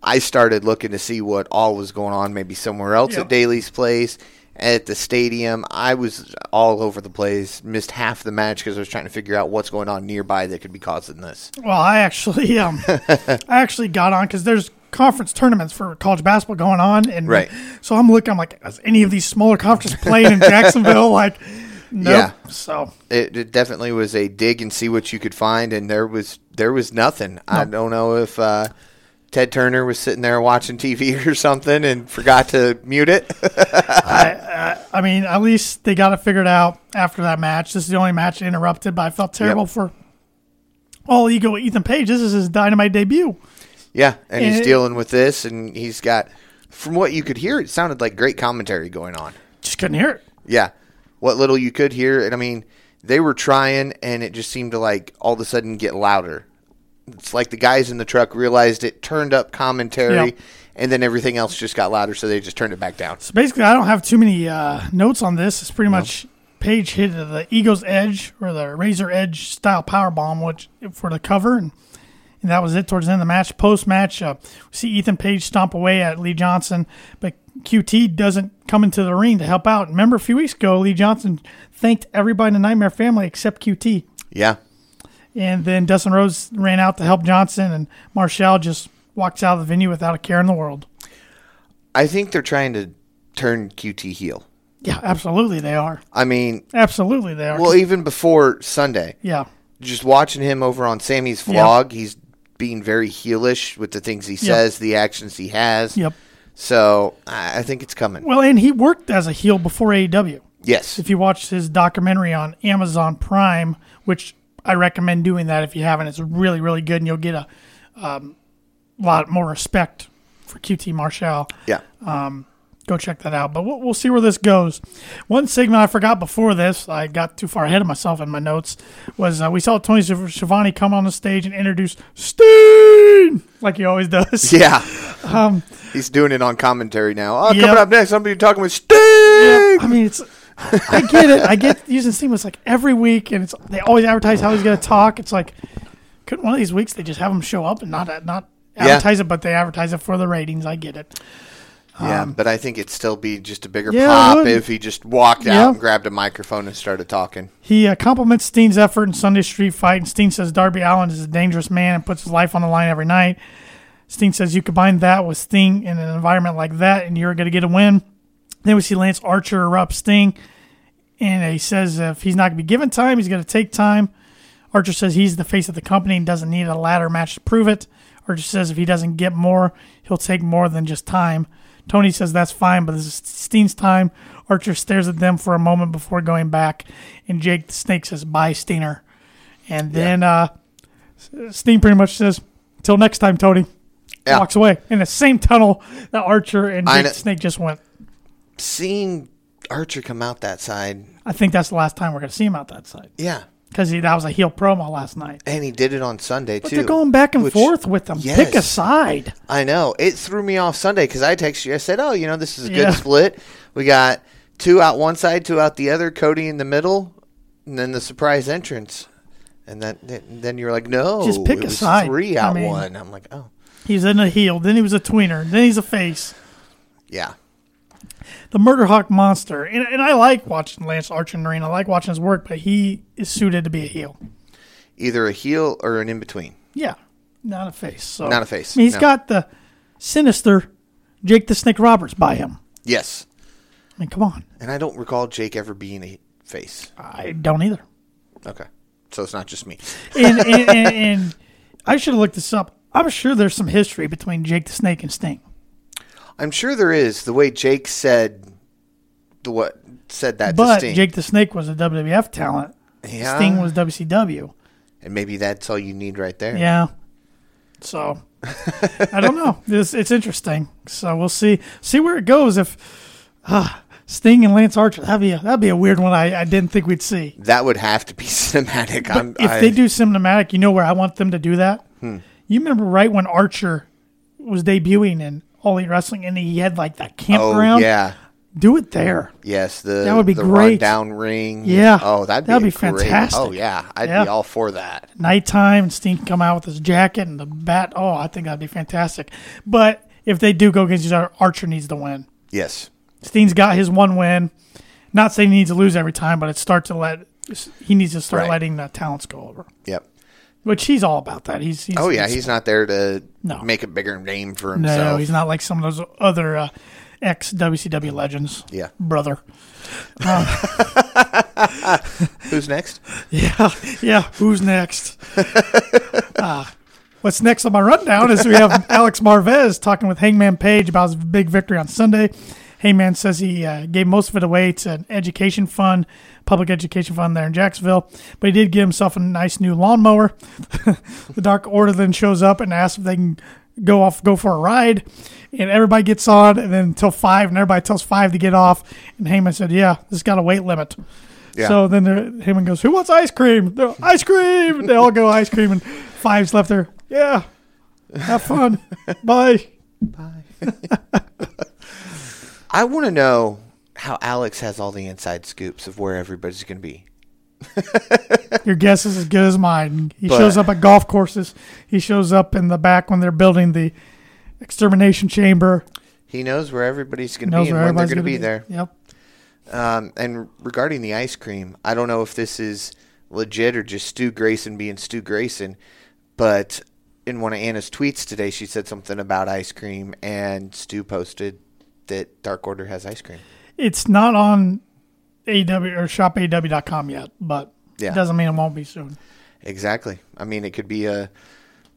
B: I started looking to see what all was going on, maybe somewhere else
A: Yep.
B: at Daly's place, at the stadium. I was all over the place, missed half the match because I was trying to figure out what's going on nearby that could be causing this.
A: Well, I actually, um, I actually got on because there's conference tournaments for college basketball going on, and
B: Right.
A: so I'm looking. I'm like, is any of these smaller conferences playing in Jacksonville? Like, Nope. So
B: it, it definitely was a dig and see what you could find, and there was there was nothing. I don't know if uh, Ted Turner was sitting there watching TV or something and forgot to mute it.
A: I mean, at least they got it figured out after that match. This is the only match interrupted, but I felt terrible for all ego Ethan Page. This is his dynamite debut.
B: yeah, and he's
A: It-
B: dealing with this, and he's got from what you could hear, it sounded like great commentary going on.
A: Just couldn't hear it.
B: Yeah, what little you could hear, and I mean, they were trying, and it just seemed to like all of a sudden get louder. It's like the guys in the truck realized it turned up commentary,
A: Yeah.
B: and then everything else just got louder, so they just turned it back down.
A: So basically, I don't have too many uh, notes on this. It's pretty much Page hit the Ego's Edge or the Razor Edge style power bomb, which for the cover, and, and that was it towards the end of the match. Post match, uh, we see Ethan Page stomp away at Lee Johnson, but QT doesn't come into the ring to help out. Remember, a few weeks ago, Lee Johnson thanked everybody in the Nightmare family except QT,
B: Yeah,
A: and then Dustin Rhodes ran out to help Johnson, and Marshall just walks out of the venue without a care in the world.
B: I think they're trying to turn QT heel.
A: Yeah, absolutely, they are.
B: I mean,
A: Absolutely, they are.
B: well, even before Sunday,
A: yeah.
B: just watching him over on Sammy's
A: Yeah.
B: vlog, he's being very heelish with the things he says, the actions he has.
A: Yep.
B: So I I think it's coming.
A: Well, and he worked as a heel before AEW.
B: yes.
A: If you watch his documentary on Amazon Prime, which I recommend doing that if you haven't, it's really, really good, and you'll get a um, lot more respect for QT Marshall.
B: Yeah.
A: Go check that out. But we'll, we'll see where this goes. One segment I forgot before this, I got too far ahead of myself in my notes, was uh, we saw Tony Schiavone come on the stage and introduce Steen like he always does.
B: yeah.
A: Um,
B: he's doing it on commentary now. Oh,
A: Yep.
B: coming up next, I'm going to be talking with Sting.
A: I mean, it's. I get it. I get using Steam. It's like every week, and it's they always advertise how he's going to talk. It's like, could one of these weeks they just have him show up and not not advertise it, but they advertise it for the ratings. I get it.
B: yeah, but I think it'd still be just a bigger
A: Um, Yeah, it
B: pop
A: would.
B: if he just walked
A: Yeah.
B: out and grabbed a microphone and started talking.
A: He uh, compliments Steen's effort in Sunday Street Fight, and Steen says Darby Allen is a dangerous man and puts his life on the line every night. Steen says you combine that with Sting in an environment like that, and you're going to get a win. Then we see Lance Archer erupt Sting, and he says if he's not going to be given time, he's going to take time. Archer says he's the face of the company and doesn't need a ladder match to prove it. Archer says if he doesn't get more, he'll take more than just time. Tony says that's fine, but this is Steen's time. Archer stares at them for a moment before going back, and Jake the Snake says, "Bye, Steener." And then uh, Steen pretty much says, "Till next time, Tony."
B: Yeah.
A: Walks away in the same tunnel that Archer and
B: I
A: Jake
B: kn-
A: the Snake just went.
B: Seeing Archer come out that side,
A: I think that's the last time we're going to see him out that side
B: yeah.
A: because that was a heel promo last night.
B: And he did it on Sunday,
A: But
B: too.
A: they're going back and
B: which-
A: forth with them. Pick a
B: Yes.
A: side.
B: I know. It threw me off Sunday because I texted you. I said, oh, you know, this is a good
A: Yeah.
B: split. We got two out one side, two out the other, Cody in the middle, and then the surprise entrance. And that, th- then you were like, no.
A: Just pick
B: it
A: a
B: was
A: side.
B: Three
A: I
B: out
A: mean-
B: one. I'm like, oh,
A: He's in a heel, then he was a tweener, then he's a face.
B: yeah.
A: The Murder Hawk monster. And, and I like watching Lance Archer in the ring. I like watching his work, but he is suited to be a heel.
B: Either a heel or an in between.
A: Yeah, not a face. So
B: Not a face,
A: I mean, he's
B: no.
A: got the sinister Jake the Snake Roberts by him.
B: Yes.
A: I mean, come on.
B: And I don't recall Jake ever being a face.
A: I don't either.
B: Okay. So it's not just me.
A: And, and, and, and I should have looked this up. I'm sure there's some history between Jake the Snake and Sting.
B: I'm sure there is the way Jake said the what said that
A: But
B: to Sting.
A: Jake the Snake was a WWF talent.
B: Yeah.
A: Sting was WCW.
B: and maybe that's all you need right there.
A: Yeah. So I don't know. This it's interesting. So we'll see see where it goes. If uh, Sting and Lance Archer that'd be a, that'd be a weird one. I, I didn't think we'd see.
B: That would have to be cinematic. I'm,
A: If
B: I, Hmm.
A: they do cinematic, you know where I want them to do that. You remember right when Archer was debuting in All Elite Wrestling, and he had like that
B: oh
A: campground.
B: yeah,
A: Do it there.
B: yes, the
A: That would be
B: the
A: great.
B: Down ring.
A: Yeah.
B: Oh, that'd be,
A: That'd be
B: a great-
A: fantastic.
B: Oh yeah, I'd
A: Yeah.
B: be all for that.
A: nighttime and Steen can come out with his jacket and the bat. Oh, I think that'd be fantastic. But if they do go against each other, Archer needs to win.
B: Yes,
A: Steen's got his one win. Not saying he needs to lose every time, but it start to let he needs to start
B: Right.
A: letting the talents go over,
B: yep.
A: which he's all about that. He's, he's
B: Oh yeah, he's not there to
A: No.
B: make a bigger name for
A: no,
B: himself.
A: he's not like some of those other uh, ex WCW legends.
B: Yeah.
A: brother.
B: Who's next?
A: Yeah, yeah. Who's next? Ah, what's next on my rundown is we have Alex Marvez talking with Hangman Page about his big victory on Sunday. Hangman says he uh, gave most of it away to an education fund, public education fund there in Jacksonville, but he did get himself a nice new lawnmower. the Dark Order then shows up and asks if they can go off, go for a ride, and everybody gets on, and then until five, and everybody tells five to get off, and Hangman said, "Yeah, this has got a weight limit."
B: Yeah.
A: So then there- Heyman goes, "Who wants ice cream? They're, ice cream!" They all go ice cream, and five's left there. Yeah, have fun. Bye.
B: I want to know how Alex has all the inside scoops of where everybody's going to be.
A: Your guess is as good as mine. He
B: But-
A: shows up at golf courses. He shows up in the back when they're building the extermination chamber.
B: He knows where everybody's going to
A: Knows
B: be and
A: where
B: when they're
A: everybody's
B: going
A: gonna
B: to be there.
A: Yep.
B: Um, and regarding the ice cream, I don't know if this is legit or just Stu Grayson being Stu Grayson, but in one of Anna's tweets today, she said something about ice cream, and Stu posted that Dark Order has ice cream.
A: It's not on AW or shopaw.com yet, but
B: Yeah.
A: it doesn't mean it won't be soon.
B: Exactly. I mean, it could be a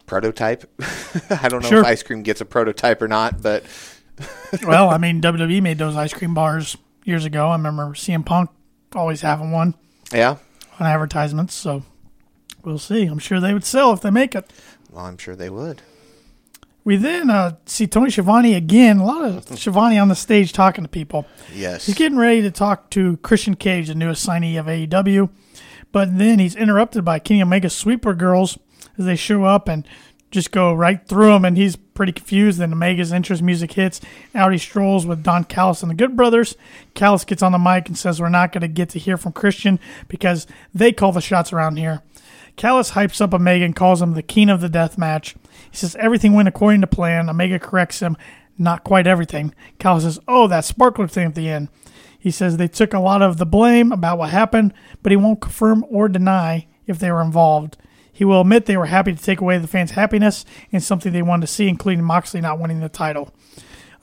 B: prototype. I don't know
A: Sure.
B: if ice cream gets a prototype or not, but
A: well, I mean, WWE made those ice cream bars years ago. I remember CM Punk always having one
B: yeah.
A: on advertisements, so we'll see. I'm sure they would sell if they make it.
B: Well, I'm sure they would.
A: We then uh, see Tony Schiavone again. A lot of Schiavone on the stage talking to people.
B: Yes.
A: He's getting ready to talk to Christian Cage, the new assignee of AEW, but then he's interrupted by Kenny Omega Sweeper Girls as they show up and just go right through him, and he's pretty confused. Then Omega's entrance music hits. Out he strolls with Don Callis and the Good Brothers. Callis gets on the mic and says, "We're not going to get to hear from Christian because they call the shots around here." Callis hypes up Omega and calls him the king of the death match. He says everything went according to plan. Omega corrects him, not quite everything. Callis says, "Oh, that sparkler thing at the end." He says they took a lot of the blame about what happened, but he won't confirm or deny if they were involved. He will admit they were happy to take away the fans' happiness and something they wanted to see, including Moxley not winning the title.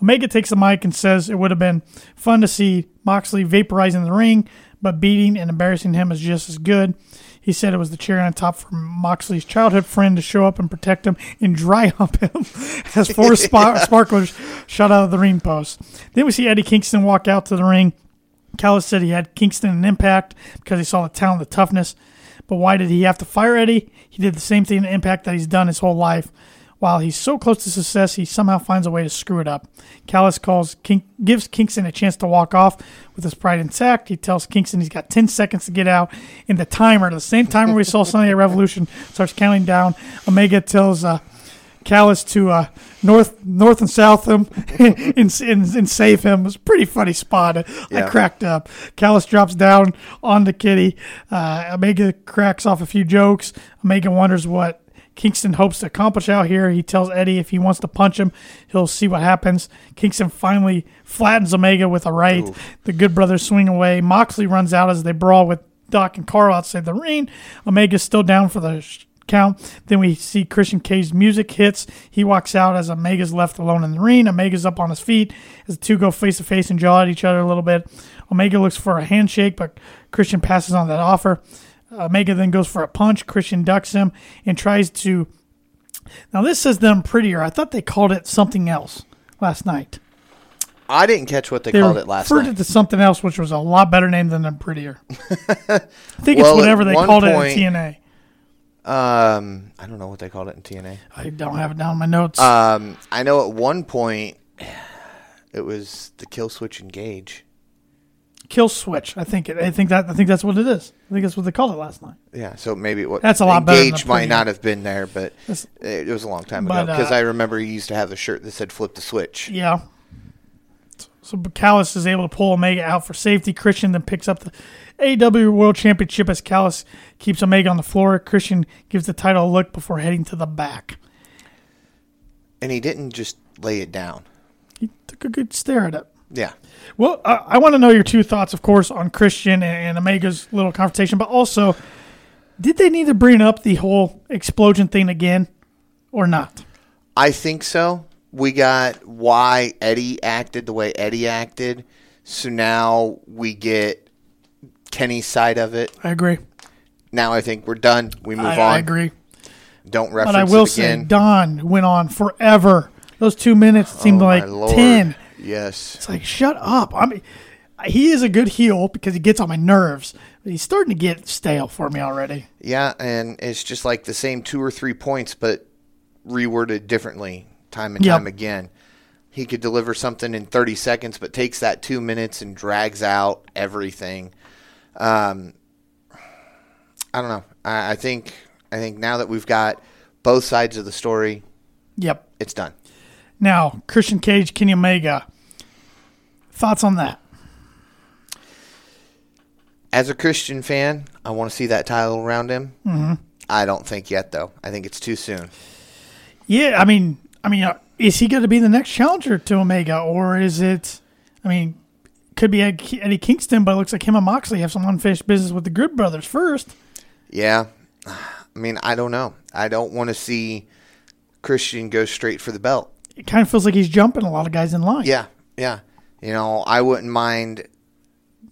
A: Omega takes the mic and says it would have been fun to see Moxley vaporizing the ring, but beating and embarrassing him is just as good. He said it was the cherry on top for Moxley's childhood friend to show up and protect him and dry hump him as four spa- sparklers shot out of the ring post. Then we see Eddie Kingston walk out to the ring. Callis said he had Kingston an impact because he saw the talent, the toughness. But why did he have to fire Eddie? He did the same thing to Impact that he's done his whole life. While he's so close to success, he somehow finds a way to screw it up. Callis calls King, gives Kingston a chance to walk off with his pride intact. He tells Kingston he's got 10 seconds to get out, and the timer, the same timer we saw Sunday at Revolution, starts counting down. Omega tells uh, Callis to uh, north, north and south him, and, and, and save him. It was a pretty funny spot. I- I
B: Yeah.
A: cracked up. Callus drops down onto Kitty. Uh, Omega cracks off a few jokes. Omega wonders what Kingston hopes to accomplish out here. He tells Eddie if he wants to punch him, he'll see what happens. Kingston finally flattens Omega with a right. The Good Brothers swing away. Moxley runs out as they brawl with Doc and Carl outside the ring. Omega's still down for the sh- count. Then we see Christian Cage's music hits. He walks out as Omega's left alone in the ring. Omega's up on his feet as the two go face to face and jaw at each other a little bit. Omega looks for a handshake, but Christian passes on that offer. Omega then goes for a punch. Christian ducks him and tries to. Now, this says them prettier. I thought they called it something else last night.
B: I didn't catch what they,
A: They
B: called it last
A: referred
B: night.
A: it to something else, which was a lot better name than them prettier. I think
B: Well, at
A: it's whatever they
B: one
A: called
B: point-
A: it in TNA.
B: Um, I don't know what they called it in TNA.
A: I don't have it down in my notes.
B: Um, I know at one point it was the kill switch engage.
A: kill switch. I think it. I think that. I think that's what it is. I think that's what they called it last night.
B: Yeah, so maybe what
A: That's a lot better than
B: engage
A: the
B: might
A: premium.
B: not have been there, but
A: That's-
B: it was a long time
A: But,
B: ago because
A: uh,
B: I remember he used to have a shirt that said "Flip the Switch."
A: Yeah. So Callis is able to pull Omega out for safety. Christian then picks up the AW World Championship as Callis keeps Omega on the floor. Christian gives the title a look before heading to the back.
B: and he didn't just lay it down.
A: He took a good stare at it.
B: Yeah,
A: Well, I, I want to know your two thoughts, of course, on Christian and, and Omega's little confrontation, but also, did they need to bring up the whole explosion thing again or not?
B: I think so. We got why Eddie acted the way Eddie acted, so now we get Kenny's side of it.
A: I agree.
B: Now I think we're done. We move
A: I,
B: on.
A: I agree.
B: Don't
A: But
B: reference
A: I will
B: it
A: say,
B: again.
A: Don went on forever. Those two minutes seemed
B: Oh, my
A: like
B: Lord.
A: ten.
B: Yes.
A: It's like, shut up. I mean, he is a good heel because he gets on my nerves, but he's starting to get stale for me already.
B: Yeah, and it's just like the same two or three points, but reworded differently time and
A: Yep.
B: time again. He could deliver something in 30 seconds, but takes that two minutes and drags out everything. Um, I don't know. I, I think I think now that we've got both sides of the story,
A: Yep.
B: it's done.
A: Now, Christian Cage, Kenny Omega. Thoughts on that?
B: As a Christian fan, I want to see that title around him. Mm-hmm. I don't think yet, though. I think it's too soon.
A: Yeah, I mean, I mean, uh, is he going to be the next challenger to Omega, or is it? I mean, could be Ed- Eddie Kingston, but it looks like him and Moxley have some unfinished business with the Good Brothers first.
B: Yeah. I mean, I don't know. I don't want to see Christian go straight for the belt.
A: It kind of feels like he's jumping a lot of guys in line.
B: Yeah. Yeah. You know, I wouldn't mind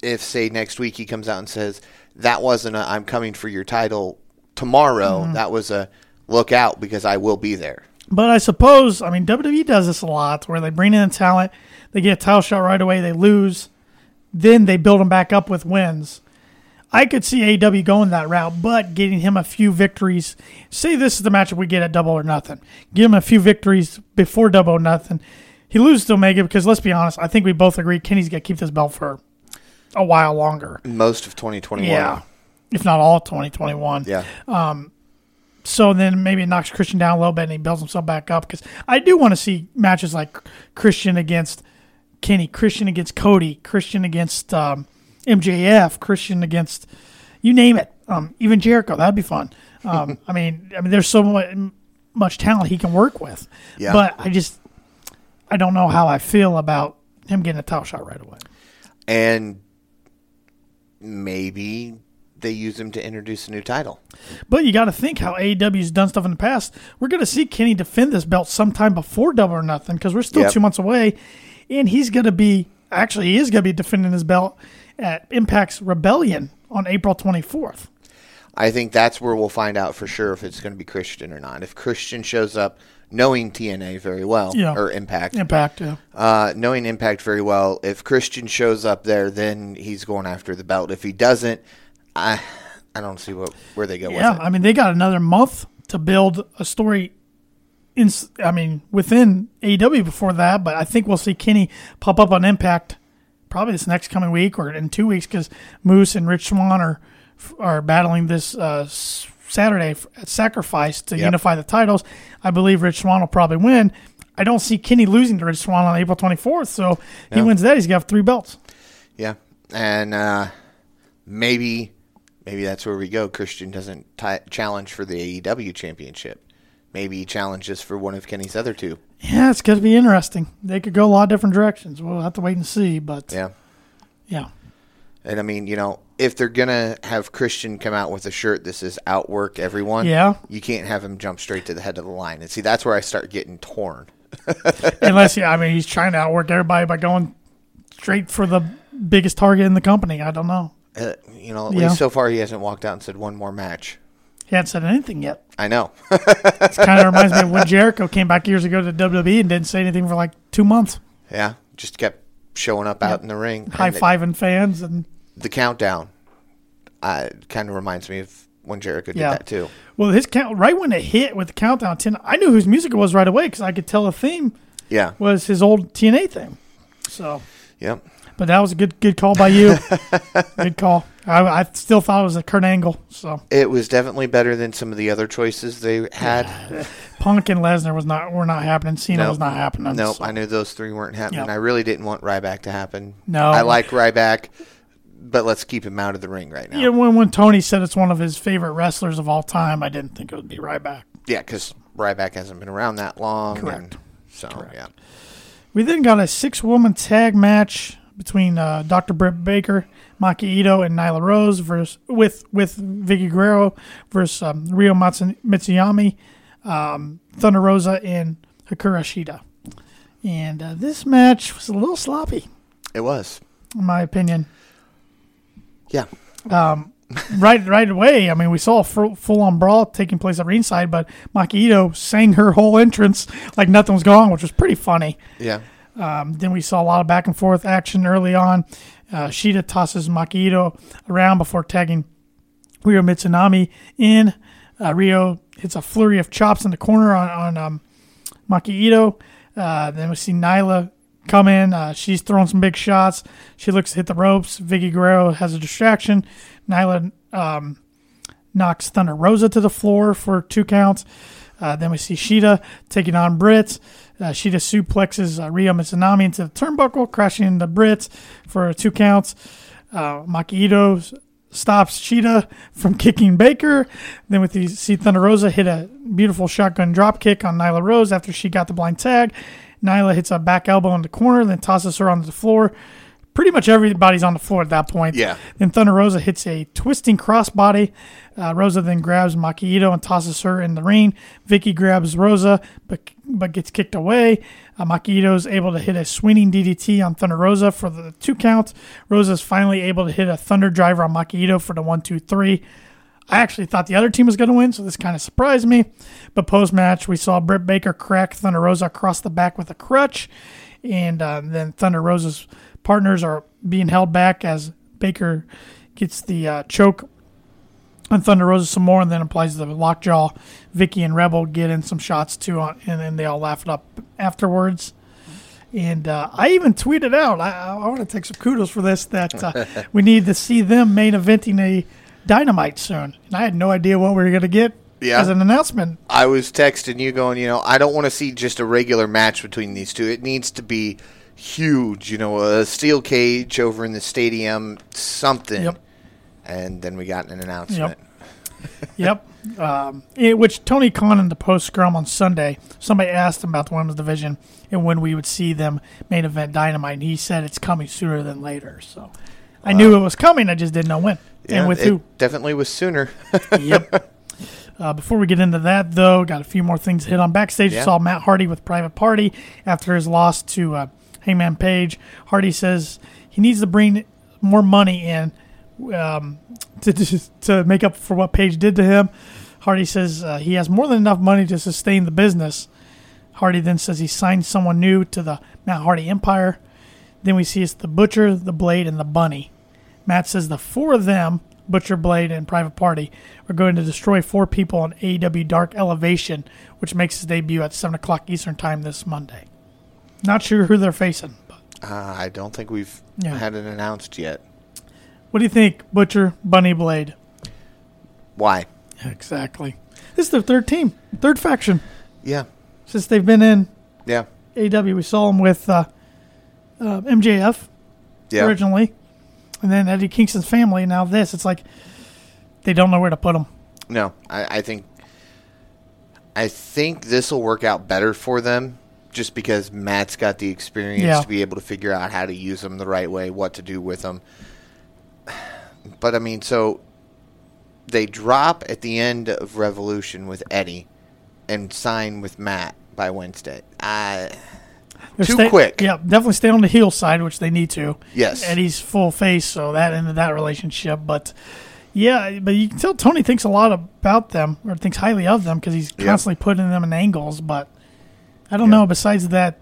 B: if, say, next week he comes out and says, that wasn't a I'm coming for your title tomorrow. That was a look out because I will be there.
A: But I suppose, I mean, WWE does this a lot where they bring in talent, they get a title shot right away, they lose, then they build them back up with wins. I could see AEW going that route, but getting him a few victories. Say this is the matchup we get at Double or Nothing. Give him a few victories before Double or Nothing. He loses to Omega because, let's be honest, I think we both agree Kenny's going to keep this belt for a while longer.
B: Most of 2021.
A: Yeah. If not all 2021.
B: Yeah.
A: So then maybe it knocks Christian down a little bit and he builds himself back up because I do want to see matches like Christian against Kenny, Christian against Cody, Christian against um, MJF, Christian against you name it, um, even Jericho. That'd be fun. Um, I mean, I mean, there's so mu- much talent he can work with,
B: Yeah.
A: but I just I don't know how I feel about him getting a title shot right away.
B: And maybe they use him to introduce a new title.
A: But you got to think how AEW's done stuff in the past. We're going to see Kenny defend this belt sometime before Double or Nothing because we're still
B: Yep.
A: two months away, and he's going to be actually he is going to be defending his belt at Impact's Rebellion on April 24th.
B: I think that's where we'll find out for sure if it's going to be Christian or not. If Christian shows up knowing TNA very well
A: Yeah.
B: or Impact,
A: Impact, yeah.
B: uh, knowing Impact very well, if Christian shows up there, then he's going after the belt. If he doesn't, I I don't see what where they go
A: yeah.
B: with it.
A: I mean, they got another month to build a story. In I mean, within AEW before that, but I think we'll see Kenny pop up on Impact probably this next coming week or in two weeks because Moose and Rich Swan are are battling this uh, s- Saturday f- at Sacrifice to
B: Yep.
A: unify the titles. I believe Rich Swan will probably win. I don't see Kenny losing to Rich Swan on April 24th, so he
B: No.
A: wins that. He's got three belts.
B: Yeah, and uh, maybe maybe that's where we go. Christian doesn't ti challenge for the AEW championship. Maybe he challenges for one of Kenny's other two.
A: Yeah, it's going to be interesting. They could go a lot of different directions. We'll have to wait and see, but
B: Yeah.
A: yeah.
B: And I mean, you know, if they're gonna have Christian come out with a shirt that says "Outwork Everyone,"
A: Yeah.
B: you can't have him jump straight to the head of the line. And see, that's where I start getting torn.
A: Unless, yeah, I mean, he's trying to outwork everybody by going straight for the biggest target in the company. I don't know.
B: Uh, you know, at
A: Yeah.
B: least so far he hasn't walked out and said one more match.
A: He hadn't said anything yet.
B: I know.
A: It kind of reminds me of when Jericho came back years ago to WWE and didn't say anything for like two months,
B: yeah, just kept showing up out in the ring. And
A: high
B: the-
A: fiving fans. And
B: The, countdown. Uh, kind of reminds me of when Jericho did
A: Yeah.
B: that too.
A: well, his count, right when it hit with the countdown 10, I knew whose music it was right away because I could tell the theme
B: Yeah.
A: was his old TNA theme. So,
B: Yep.
A: but that was a good good call by you. good call. I, I still thought it was a Kurt Angle. So,
B: It was definitely better than some of the other choices they had.
A: Punk and Lesnar was not were not happening. Cena
B: Nope.
A: was not happening.
B: Nope,
A: so.
B: I knew those three weren't happening.
A: Yeah.
B: I really didn't want Ryback to happen.
A: No.
B: I like Ryback, but let's keep him out of the ring right now.
A: Yeah, when, when Tony said it's one of his favorite wrestlers of all time, I didn't think it would be Ryback.
B: Yeah, because Ryback hasn't been around that long.
A: Correct.
B: and so yeah,
A: We then got a six woman tag match between uh, Dr. Britt Baker, Maki Ito, and Nyla Rose versus, with with Vicky Guerrero versus um, Rio Matsu- Mitsuyami, um, Thunder Rosa, and Hikaru Shida. And uh, this match was a little sloppy,
B: it was.
A: in my opinion.
B: Yeah,
A: Um, right right away. I mean, we saw a full on brawl taking place at ringside, but Maki Ito sang her whole entrance like nothing was going on, which was pretty funny.
B: Yeah.
A: Um, then we saw a lot of back and forth action early on. Uh, Shida tosses Makito around before tagging Rio Mitsunami in. Uh, Rio hits a flurry of chops in the corner on, on um, Makito. Uh, then we see Nyla come in. Uh, she's throwing some big shots. She looks to hit the ropes. Vicky Guerrero has a distraction. Nyla um, knocks Thunder Rosa to the floor for two counts. Uh, then we see Sheeta taking on Britt. Uh, Sheeta suplexes uh, Rio Mitsunami into the turnbuckle, crashing into Britt for two counts. Uh, Maki Ito s- stops Sheeta from kicking Baker. Then we th- see Thunder Rosa hit a beautiful shotgun drop kick on Nyla Rose after she got the blind tag. Nyla hits a back elbow in the corner, then tosses her onto the floor. Pretty much everybody's on the floor at that point.
B: Yeah.
A: Then Thunder Rosa hits a twisting crossbody. Uh, Rosa then grabs Maki Ito and tosses her in the ring. Vicky grabs Rosa but but gets kicked away. Uh, Maki Ito is able to hit a swinging DDT on Thunder Rosa for the two count. Rosa is finally able to hit a Thunder Driver on Maki Ito for the one, two, three. I actually thought the other team was going to win, so this kind of surprised me. But post match, we saw Britt Baker crack Thunder Rosa across the back with a crutch, and uh, then Thunder Rosa's partners are being held back as Baker gets the uh, choke on Thunder Rosa some more, and then applies the lockjaw. Vicky and Rebel get in some shots too, on, and then they all laugh it up afterwards. And uh, I even tweeted out, I, I want to take some kudos for this, that uh, we need to see them main eventing a dynamite soon. And I had no idea what we were going to get
B: Yeah.
A: as an announcement.
B: I was texting you going, you know, I don't want to see just a regular match between these two. It needs to be huge, you know, a steel cage over in the stadium, something.
A: Yep.
B: And then we got an announcement.
A: yep. Um, it- which Tony Khan in the post scrum on Sunday, somebody asked him about the women's division and when we would see them main event dynamite. And he said it's coming sooner than later. So I knew it was coming. I just didn't know when
B: Yeah,
A: and with
B: it
A: who.
B: Definitely was sooner.
A: yep. Uh, before we get into that, though, got a few more things to hit on backstage.
B: Yeah.
A: We saw Matt Hardy with Private Party after his loss to uh, Hangman Page. Hardy says he needs to bring more money in um, to, to to make up for what Page did to him. Hardy says uh, he has more than enough money to sustain the business. Hardy then says he signed someone new to the Matt Hardy Empire. Then we see it's the Butcher, the Blade, and the Bunny. Matt says the four of them, Butcher, Blade, and Private Party, are going to destroy four people on AEW Dark Elevation, which makes its debut at 7 o'clock Eastern Time this Monday. Not sure who they're facing. But
B: Uh, I don't think we've
A: Yeah.
B: had it announced yet.
A: what do you think, Butcher, Bunny, Blade?
B: Why?
A: Exactly. This is their third team, third faction,
B: Yeah.
A: since they've been in
B: Yeah.
A: AEW. We saw them with uh, uh, MJF
B: Yeah.
A: originally, and then Eddie Kingston's family. Now this, it's like they don't know where to put them.
B: No, I, I think I think this will work out better for them just because Matt's got the experience
A: Yeah.
B: to be able to figure out how to use them the right way, what to do with them. But I mean, so they drop at the end of Revolution with Eddie and sign with Matt by Wednesday. I
A: They're
B: Too quick.
A: Yeah, definitely stay on the heel side, which they need to.
B: Yes.
A: Eddie's full face, so that ended that relationship. But yeah, but you can tell Tony thinks a lot about them or thinks highly of them because he's
B: Yeah.
A: constantly putting them in angles. But I don't
B: Yeah.
A: know. Besides that.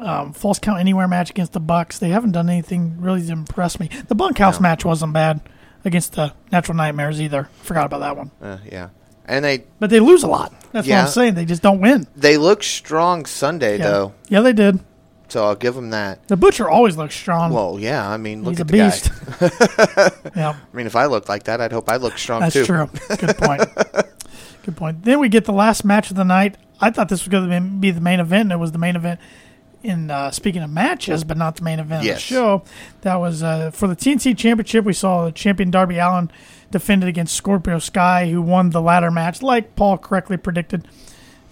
A: Um, false count anywhere match against the Bucks. They haven't done anything really to impress me. The bunkhouse match wasn't bad against the Natural Nightmares either. Forgot about that one.
B: uh, yeah. And they
A: But they lose a lot. That's
B: Yeah.
A: what I'm saying. They just don't win.
B: they look strong Sunday
A: Yeah.
B: though,
A: Yeah, they did.
B: so I'll give them that.
A: The butcher always looks strong.
B: Well, yeah, I mean, look
A: Um, He's a
B: at the guy.
A: beast. yeah,
B: I mean, if I looked like that, I'd hope I looked strong
A: that's
B: too.
A: true. Good point. Good point. Then we get the last match of the night. I thought this was going to be the main event, and it was the main event. In uh, speaking of matches, but not the main event of
B: Yes.
A: the show, that was uh, for the TNT Championship. We saw champion Darby Allen defended against Scorpio Sky, who won the latter match, like Paul correctly predicted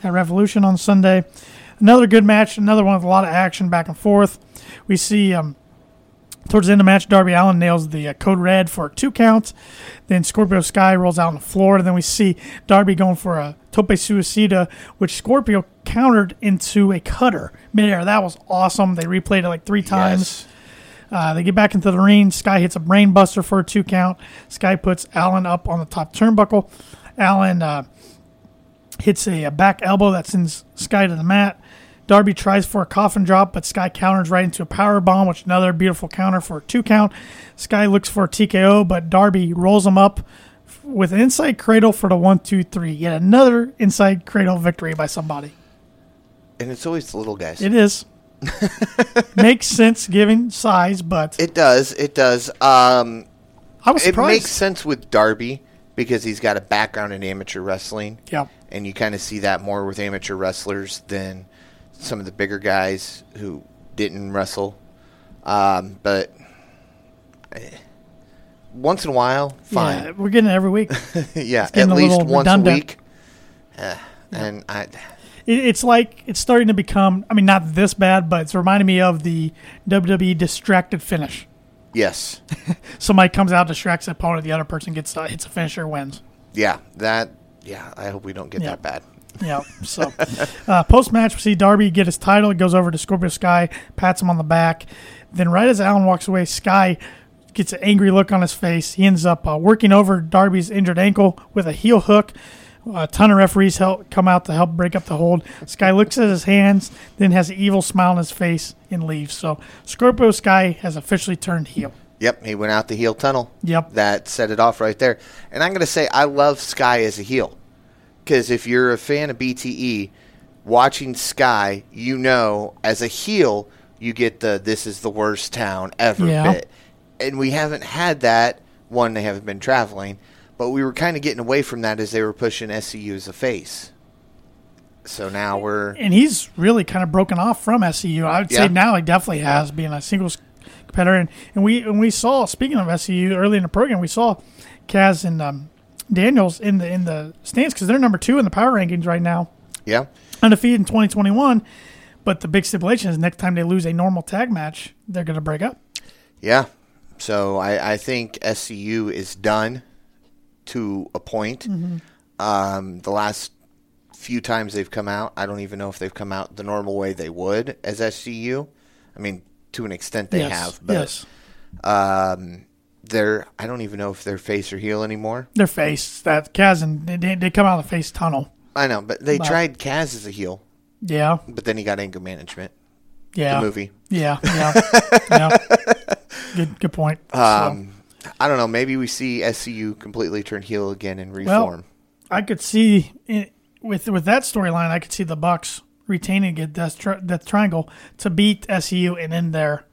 A: at Revolution on Sunday. Another good match, another one with a lot of action back and forth. We see um, Towards the end of the match, Darby Allen nails the uh, code red for a two count. Then Scorpio Sky rolls out on the floor. And then we see Darby going for a tope suicida, which Scorpio countered into a cutter midair. That was awesome. They replayed it like three times.
B: Yes.
A: Uh, they get back into the ring. Sky hits a brainbuster for a two count. Sky puts Allen up on the top turnbuckle. Allen uh, hits a, a back elbow that sends Sky to the mat. Darby tries for a coffin drop, but Sky counters right into a power bomb, which another beautiful counter for a two count. Sky looks for a TKO, but Darby rolls him up f- with an inside cradle for the one, two, three. Yet another inside cradle victory by somebody.
B: And it's always the little guys.
A: It is. Makes sense given size, but
B: It does. It does. Um,
A: I was
B: it
A: surprised.
B: makes sense with Darby because he's got a background in amateur wrestling.
A: Yeah.
B: And you kind of see that more with amateur wrestlers than some of the bigger guys who didn't wrestle. Um, but eh, once in a while,
A: Yeah,
B: fine.
A: we're getting it every week.
B: Yeah, at
A: getting a
B: least
A: little
B: once a
A: redundant.
B: week. Eh, And I,
A: it, it's like it's starting to become i mean not this bad but it's reminding me of the wwe distracted finish
B: yes,
A: somebody comes out distracts the opponent the other person gets uh, hits a finisher wins
B: yeah, that, yeah. I hope we don't get
A: Yeah.
B: that bad.
A: yeah so uh, post-match we see darby get his title he goes over to scorpio sky pats him on the back then right as allen walks away sky gets an angry look on his face he ends up uh, working over darby's injured ankle with a heel hook a ton of referees help come out to help break up the hold. Sky looks at his hands, then has an evil smile on his face and leaves. So Scorpio Sky has officially turned heel.
B: Yep, he went out the heel tunnel.
A: Yep.
B: That set it off right there. And I'm going to say I love Sky as a heel. Because if you're a fan of BTE, watching Sky, you know as a heel, you get the this is the worst town ever
A: Yeah.
B: bit. And we haven't had that. One, they haven't been traveling. But we were kind of getting away from that as they were pushing SCU as a face. So now we're.
A: And he's really kind of broken off from SCU. I would
B: Yeah.
A: say now he definitely has being a singles competitor. And, and we and we saw speaking of SCU early in the program, we saw Kaz and um, Daniels in the in the stands because they're number two in the power rankings right now,
B: Yeah.
A: undefeated in 2021. But the big stipulation is next time they lose a normal tag match, they're going to break up.
B: Yeah. So I, I think SCU is done to a point.
A: Mm-hmm.
B: Um, the last few times they've come out, I don't even know if they've come out the normal way they would as SCU. I mean, to an extent they have, but
A: yes,
B: um, they're I don't even know if they're face or heel anymore.
A: their face that Kaz and they- they, they come out of the face tunnel.
B: I know, but they
A: But-
B: tried Kaz as a heel,
A: Yeah,
B: but then he got anger management.
A: yeah,
B: The movie.
A: Yeah, yeah, yeah. Good, good point. So,
B: Um, I don't know. Maybe we see SCU completely turn heel again and reform.
A: I could see it, with with that storyline, I could see the Bucks retaining it Death, tri- Death Triangle to beat SEU and end their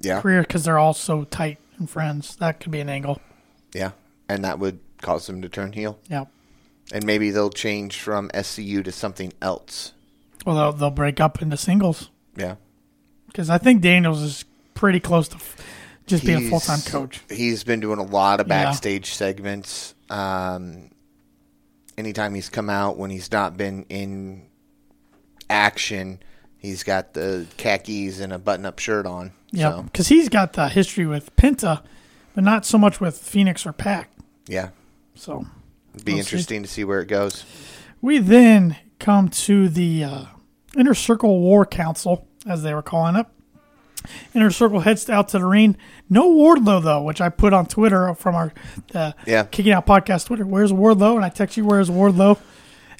B: yeah.
A: career because they're all so tight and friends. That could be an angle.
B: Yeah, and that would cause them to turn heel,
A: Yeah.
B: and maybe they'll change from SCU to something else.
A: Well, they'll, they'll break up into singles
B: Yeah,
A: because I think Daniels is pretty close to f- just being a full time
B: He's-
A: coach.
B: He's been doing a lot of
A: Yeah.
B: backstage segments. Um, anytime he's come out when he's not been in action, he's got the khakis and a button-up shirt on.
A: Yeah,
B: so,
A: because he's got the history with Penta, but not so much with Phoenix or Pac.
B: yeah,
A: So
B: it'd be
A: We'll see.
B: interesting to see where it goes.
A: We then come to the uh, Inner Circle War Council, as they were calling it. Inner Circle heads out to the ring. No Wardlow though, which I put on Twitter from our uh,
B: Yeah.
A: kicking out podcast Twitter. Where's Wardlow? And I text you, where's Wardlow?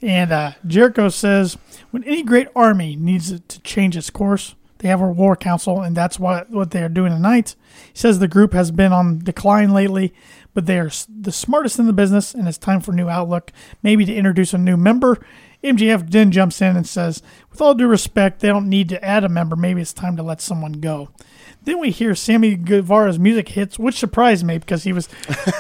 A: And uh, Jericho says, when any great army needs to change its course, they have a war council, and that's what what they are doing tonight. He says the group has been on decline lately, but they are s- the smartest in the business, and it's time for a new outlook. Maybe to introduce a new member. MGF then jumps in and says, with all due respect, they don't need to add a member. Maybe it's time to let someone go. Then we hear Sammy Guevara's music hits, which surprised me because he was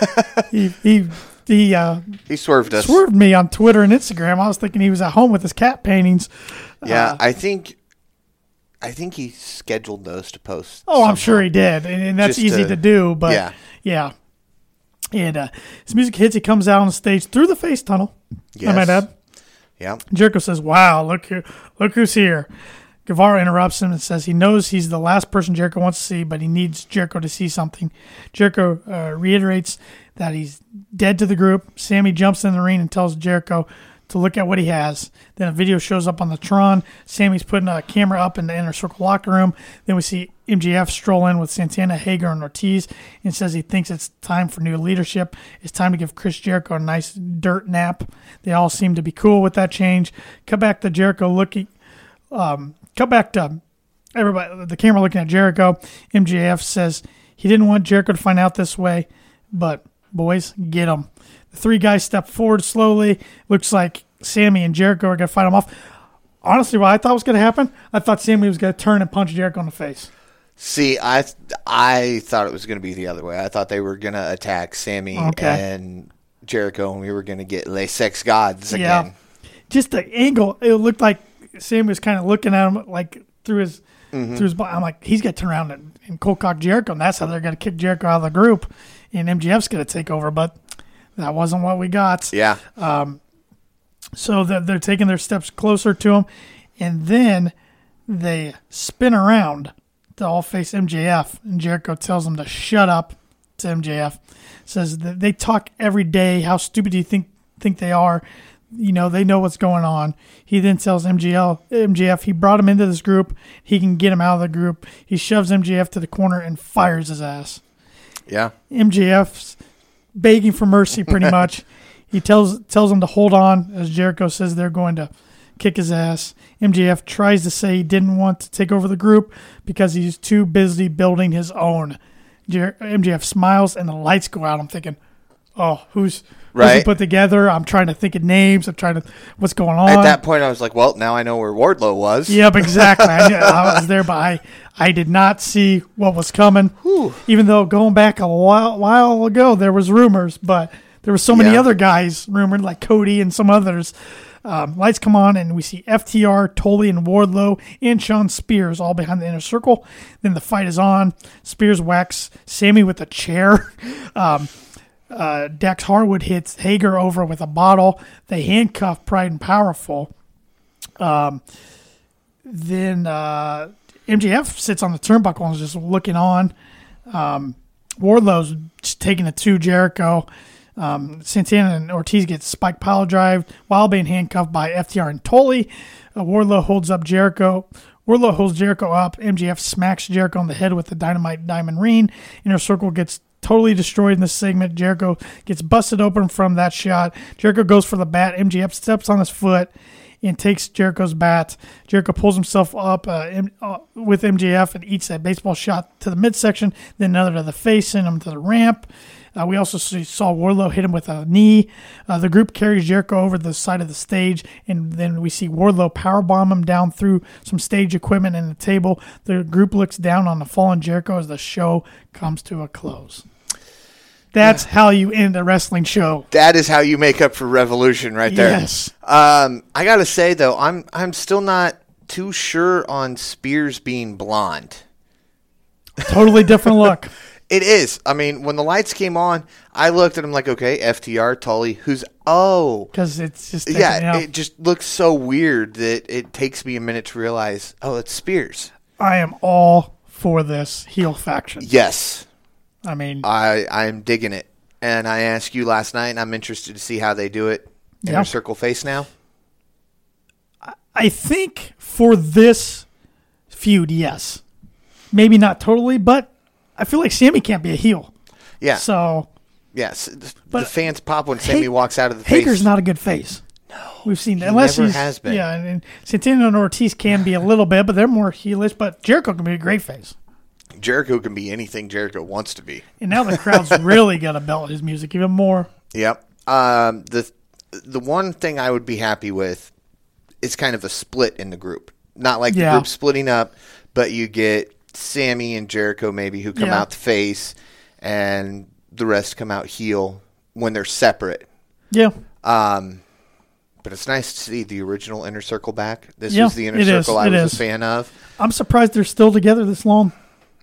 A: he he he uh,
B: He swerved us.
A: swerved me on Twitter and Instagram. I was thinking he was at home with his cat paintings. Uh,
B: Yeah,
A: Uh-huh.
B: I think, I think he scheduled those to post.
A: Oh, I'm sure he did, and, and that's
B: Just
A: easy
B: to-
A: to, do. But
B: yeah.
A: yeah, And uh, his music hits. He comes out on stage through the face tunnel. I
B: Yes.
A: might add.
B: Yeah,
A: Jericho says, "Wow, look who, look who's here." Guevara interrupts him and says he knows he's the last person Jericho wants to see, but he needs Jericho to see something. Jericho uh, reiterates that he's dead to the group. Sammy jumps in the ring and tells Jericho to look at what he has. Then a video shows up on the Tron. Sammy's putting a camera up in the inner circle locker room. Then we see MGF stroll in with Santana, Hager, and Ortiz and says he thinks it's time for new leadership. It's time to give Chris Jericho a nice dirt nap. They all seem to be cool with that change. Cut back to Jericho looking. Um, cut back to everybody. The camera looking at Jericho. MGF says he didn't want Jericho to find out this way, but boys, get him. The three guys step forward slowly. Looks like Sammy and Jericho are going to fight him off. Honestly, what I thought was going to happen, I thought Sammy was going to turn and punch Jericho in the face.
B: See, I I thought it was going to be the other way. I thought they were going to attack Sammy
A: Okay.
B: and Jericho, and we were going to get Les Sex Gods
A: Yeah.
B: again.
A: Just the angle, it looked like Sammy was kind of looking at him like through his
B: Mm-hmm.
A: through his. bo- I'm like, he's going to turn around and, and cold cock Jericho, and that's how they're going to kick Jericho out of the group, and MGF's going to take over. But that wasn't what we got.
B: Yeah.
A: Um, so that they're taking their steps closer to him, and then they spin around to all face MJF, and Jericho tells them to shut up to MJF. Says that they talk every day. How stupid do you think think they are? You know they know what's going on. He then tells MGL MJF he brought him into this group. He can get him out of the group. He shoves MJF to the corner and fires his ass.
B: yeah.
A: MJF's begging for mercy pretty much. he tells tells him to hold on as Jericho says they're going to kick his ass. MJF tries to say he didn't want to take over the group because he's too busy building his own. Jer- MJF smiles and the lights go out. I'm thinking, oh, who's who's he
B: Right.
A: put together? I'm trying to think of names. I'm trying to what's going on.
B: At that point, I was like, well, now I know where Wardlow was.
A: Yep, exactly. I, knew- I was there, but I, I did not see what was coming. Even though going back a while, while ago, there was rumors, but there were so many
B: Yeah.
A: other guys rumored, like Cody and some others. Um, lights come on, and we see FTR, Tully, and Wardlow, and Sean Spears all behind the inner circle. Then the fight is on. Spears whacks Sammy with a chair. Um, uh, Dax Harwood hits Hager over with a bottle. They handcuff Pride and Powerful Um, then uh, MJF sits on the turnbuckle and is just looking on. Um, Wardlow's just taking it to Jericho. Um, Santana and Ortiz get spike pile drive while being handcuffed by FTR and Tully. Uh, Wardlow holds up Jericho. Wardlow holds Jericho up. MJF smacks Jericho on the head with the dynamite diamond ring. Inner circle gets totally destroyed in this segment. Jericho gets busted open from that shot. Jericho goes for the bat. MJF steps on his foot and takes Jericho's bat. Jericho pulls himself up uh, M- uh, with MJF and eats that baseball shot to the midsection, then another to the face, send him to the ramp. Uh, we also see, saw Wardlow hit him with a knee. Uh, the group carries Jericho over the side of the stage, and then we see Wardlow powerbomb him down through some stage equipment and a table. The group looks down on the fallen Jericho as the show comes to a close. That's how you end a wrestling show.
B: That is how you make up for Revolution right there.
A: Yes.
B: Um, I got to say, though, I'm, I'm still not too sure on Spears being blonde.
A: Totally different look.
B: It is. I mean, when the lights came on, I looked at him like, okay, FTR, Tully, who's, oh,
A: Because it's just taken
B: yeah,
A: out.
B: it just looks so weird that it takes me a minute to realize, oh, it's Spears.
A: I am all for this heel faction.
B: Yes,
A: I mean,
B: I I'm digging it, and I asked you last night, and I'm interested to see how they do it.
A: Yeah.
B: Inner circle face now.
A: I think for this feud, yes. Maybe not totally, but I feel like Sammy can't be a heel.
B: Yeah,
A: So
B: yes. The,
A: But-
B: the fans pop when Sammy
A: Ha-
B: walks out of the
A: Hager's
B: face.
A: not a good face. No. We've seen that. Unless
B: never
A: he's,
B: has been.
A: Yeah, and, and Santana and Ortiz can be a little bit, but they're more heelish. But Jericho can be a great face.
B: Jericho can be anything Jericho wants to be.
A: And now the crowd's really going to belt his music even more.
B: Yep. Um, the the one thing I would be happy with is kind of a split in the group. Not like
A: Yeah.
B: the group splitting up, but you get Sammy and Jericho maybe who come
A: Yeah.
B: out the face, and the rest come out heel when they're separate. Um,
A: Yeah.
B: But it's nice to see the original inner circle back. This
A: Yeah,
B: was the inner
A: it is,
B: circle I
A: it
B: was
A: is.
B: a fan of.
A: I'm surprised they're still together this long.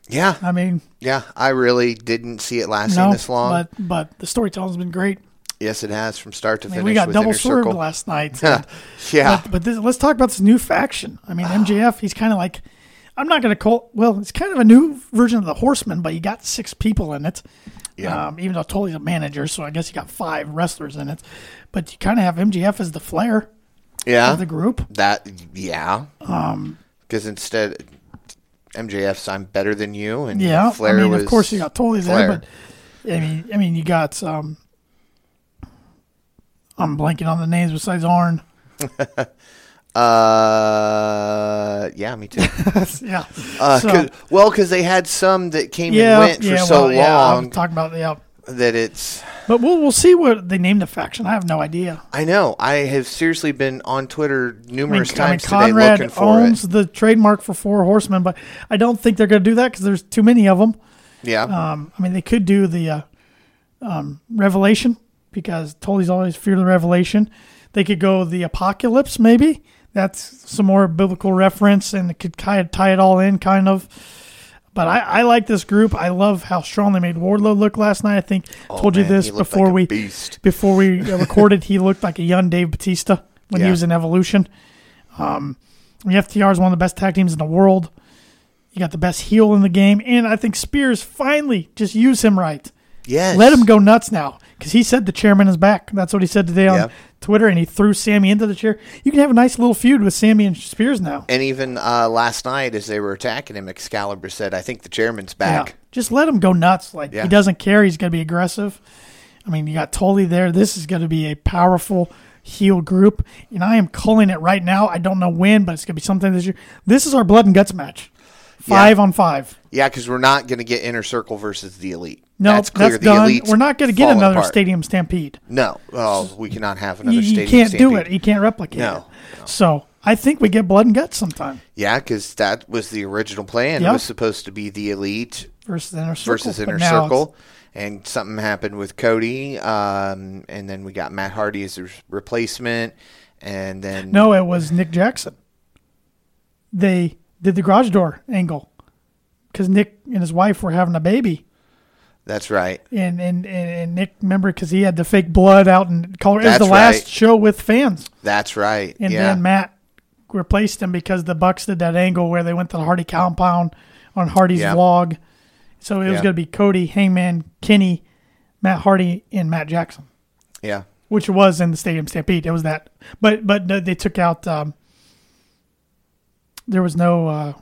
B: Yeah,
A: I mean,
B: yeah. I really didn't see it lasting
A: no,
B: this long.
A: but but the storytelling's been great.
B: yes, it has from start to
A: I
B: finish.
A: mean, we got
B: with
A: double
B: inner
A: served
B: circle.
A: last night.
B: yeah,
A: But, but this, let's talk about this new faction. I mean, MJF, he's kind of like, I'm not going to call. Well, it's kind of a new version of the Horseman, but you got six people in it.
B: Yeah.
A: Um, even though Tully's a manager, so I guess you got five wrestlers in it. But you kind of have MGF as the flair
B: Yeah.
A: of the group.
B: That yeah. Um, because instead, MJF's "I'm better than you" and
A: Yeah,
B: Flair
A: I mean,
B: was
A: of course you got Tully there,
B: Flair.
A: but I mean, I mean, you got um, I'm blanking on the names besides Arn.
B: uh yeah, me too.
A: yeah,
B: Uh,
A: So-
B: 'cause- well, because they had some that came
A: yeah,
B: and went
A: yeah,
B: for so
A: well, yeah, I'm
B: long
A: talking about yeah,
B: that it's.
A: but we'll we'll see what they name the faction. I have no idea.
B: I know. I have seriously been on Twitter
A: I mean,
B: numerous
A: I mean,
B: times today
A: Conrad
B: looking for
A: owns
B: it.
A: the trademark for Four Horsemen, but I don't think they're going to do that because there's too many of them.
B: Yeah,
A: Um, I mean, they could do the uh, um, Revelation because Tully's always feared the Revelation. They could go the Apocalypse, maybe. That's some more biblical reference and it could kind of tie it all in, kind of. But I, I like this group. I love how strong they made Wardlow look last night. I think
B: Oh,
A: told you
B: man,
A: this
B: he looked
A: before
B: like a
A: we
B: beast.
A: before we recorded. he looked like a young Dave Batista when he
B: Yeah.
A: was in Evolution. Um, the FTR is one of the best tag teams in the world. You got the best heel in the game, and I think Spears finally just use him right.
B: yes.
A: Let him go nuts now, because he said the chairman is back. That's what he said today on
B: Yeah.
A: Twitter, and he threw Sammy into the chair. You can have a nice little feud with Sammy and Spears now.
B: And even uh, last night, as they were attacking him, Excalibur said, "I think the chairman's back."
A: Yeah. Just let him go nuts. Like
B: Yeah.
A: he doesn't care. He's going to be aggressive. I mean, you got Tully there. This is going to be a powerful heel group, and I am calling it right now. I don't know when, but it's going to be sometime this year. This is our blood and guts match, five on five.
B: Yeah, because we're not going to get Inner Circle versus the Elite.
A: No,
B: that's
A: that's,
B: clear. the
A: done.
B: Elite's
A: We're not going to get
B: falling
A: another
B: apart.
A: stadium stampede.
B: No, oh, we cannot have another
A: You, you
B: stadium.
A: can't do
B: stampede.
A: it. You can't replicate
B: No,
A: it. So I think we get blood and guts sometime
B: Yeah, because that was the original plan.
A: Yeah.
B: It was supposed to be the Elite
A: versus inner circle.
B: versus
A: but
B: Inner
A: now it's-
B: Circle, and something happened with Cody, um, and then we got Matt Hardy as a re- replacement, and then
A: No, it was Nick Jackson. They did the garage door angle because Nick and his wife were having a baby,
B: that's right.
A: and and, and, and Nick remember because he had the fake blood out in color. It was the
B: That's
A: last
B: right.
A: show with fans,
B: That's right.
A: and
B: yeah.
A: then Matt replaced him because the Bucks did that angle where they went to the Hardy compound on Hardy's
B: Yeah.
A: vlog. So it was
B: Yeah.
A: going to be Cody, Hangman, Kenny, Matt Hardy, and Matt Jackson
B: yeah.
A: which was in the Stadium Stampede. It was that, but but no, they took out. Um, there was no uh,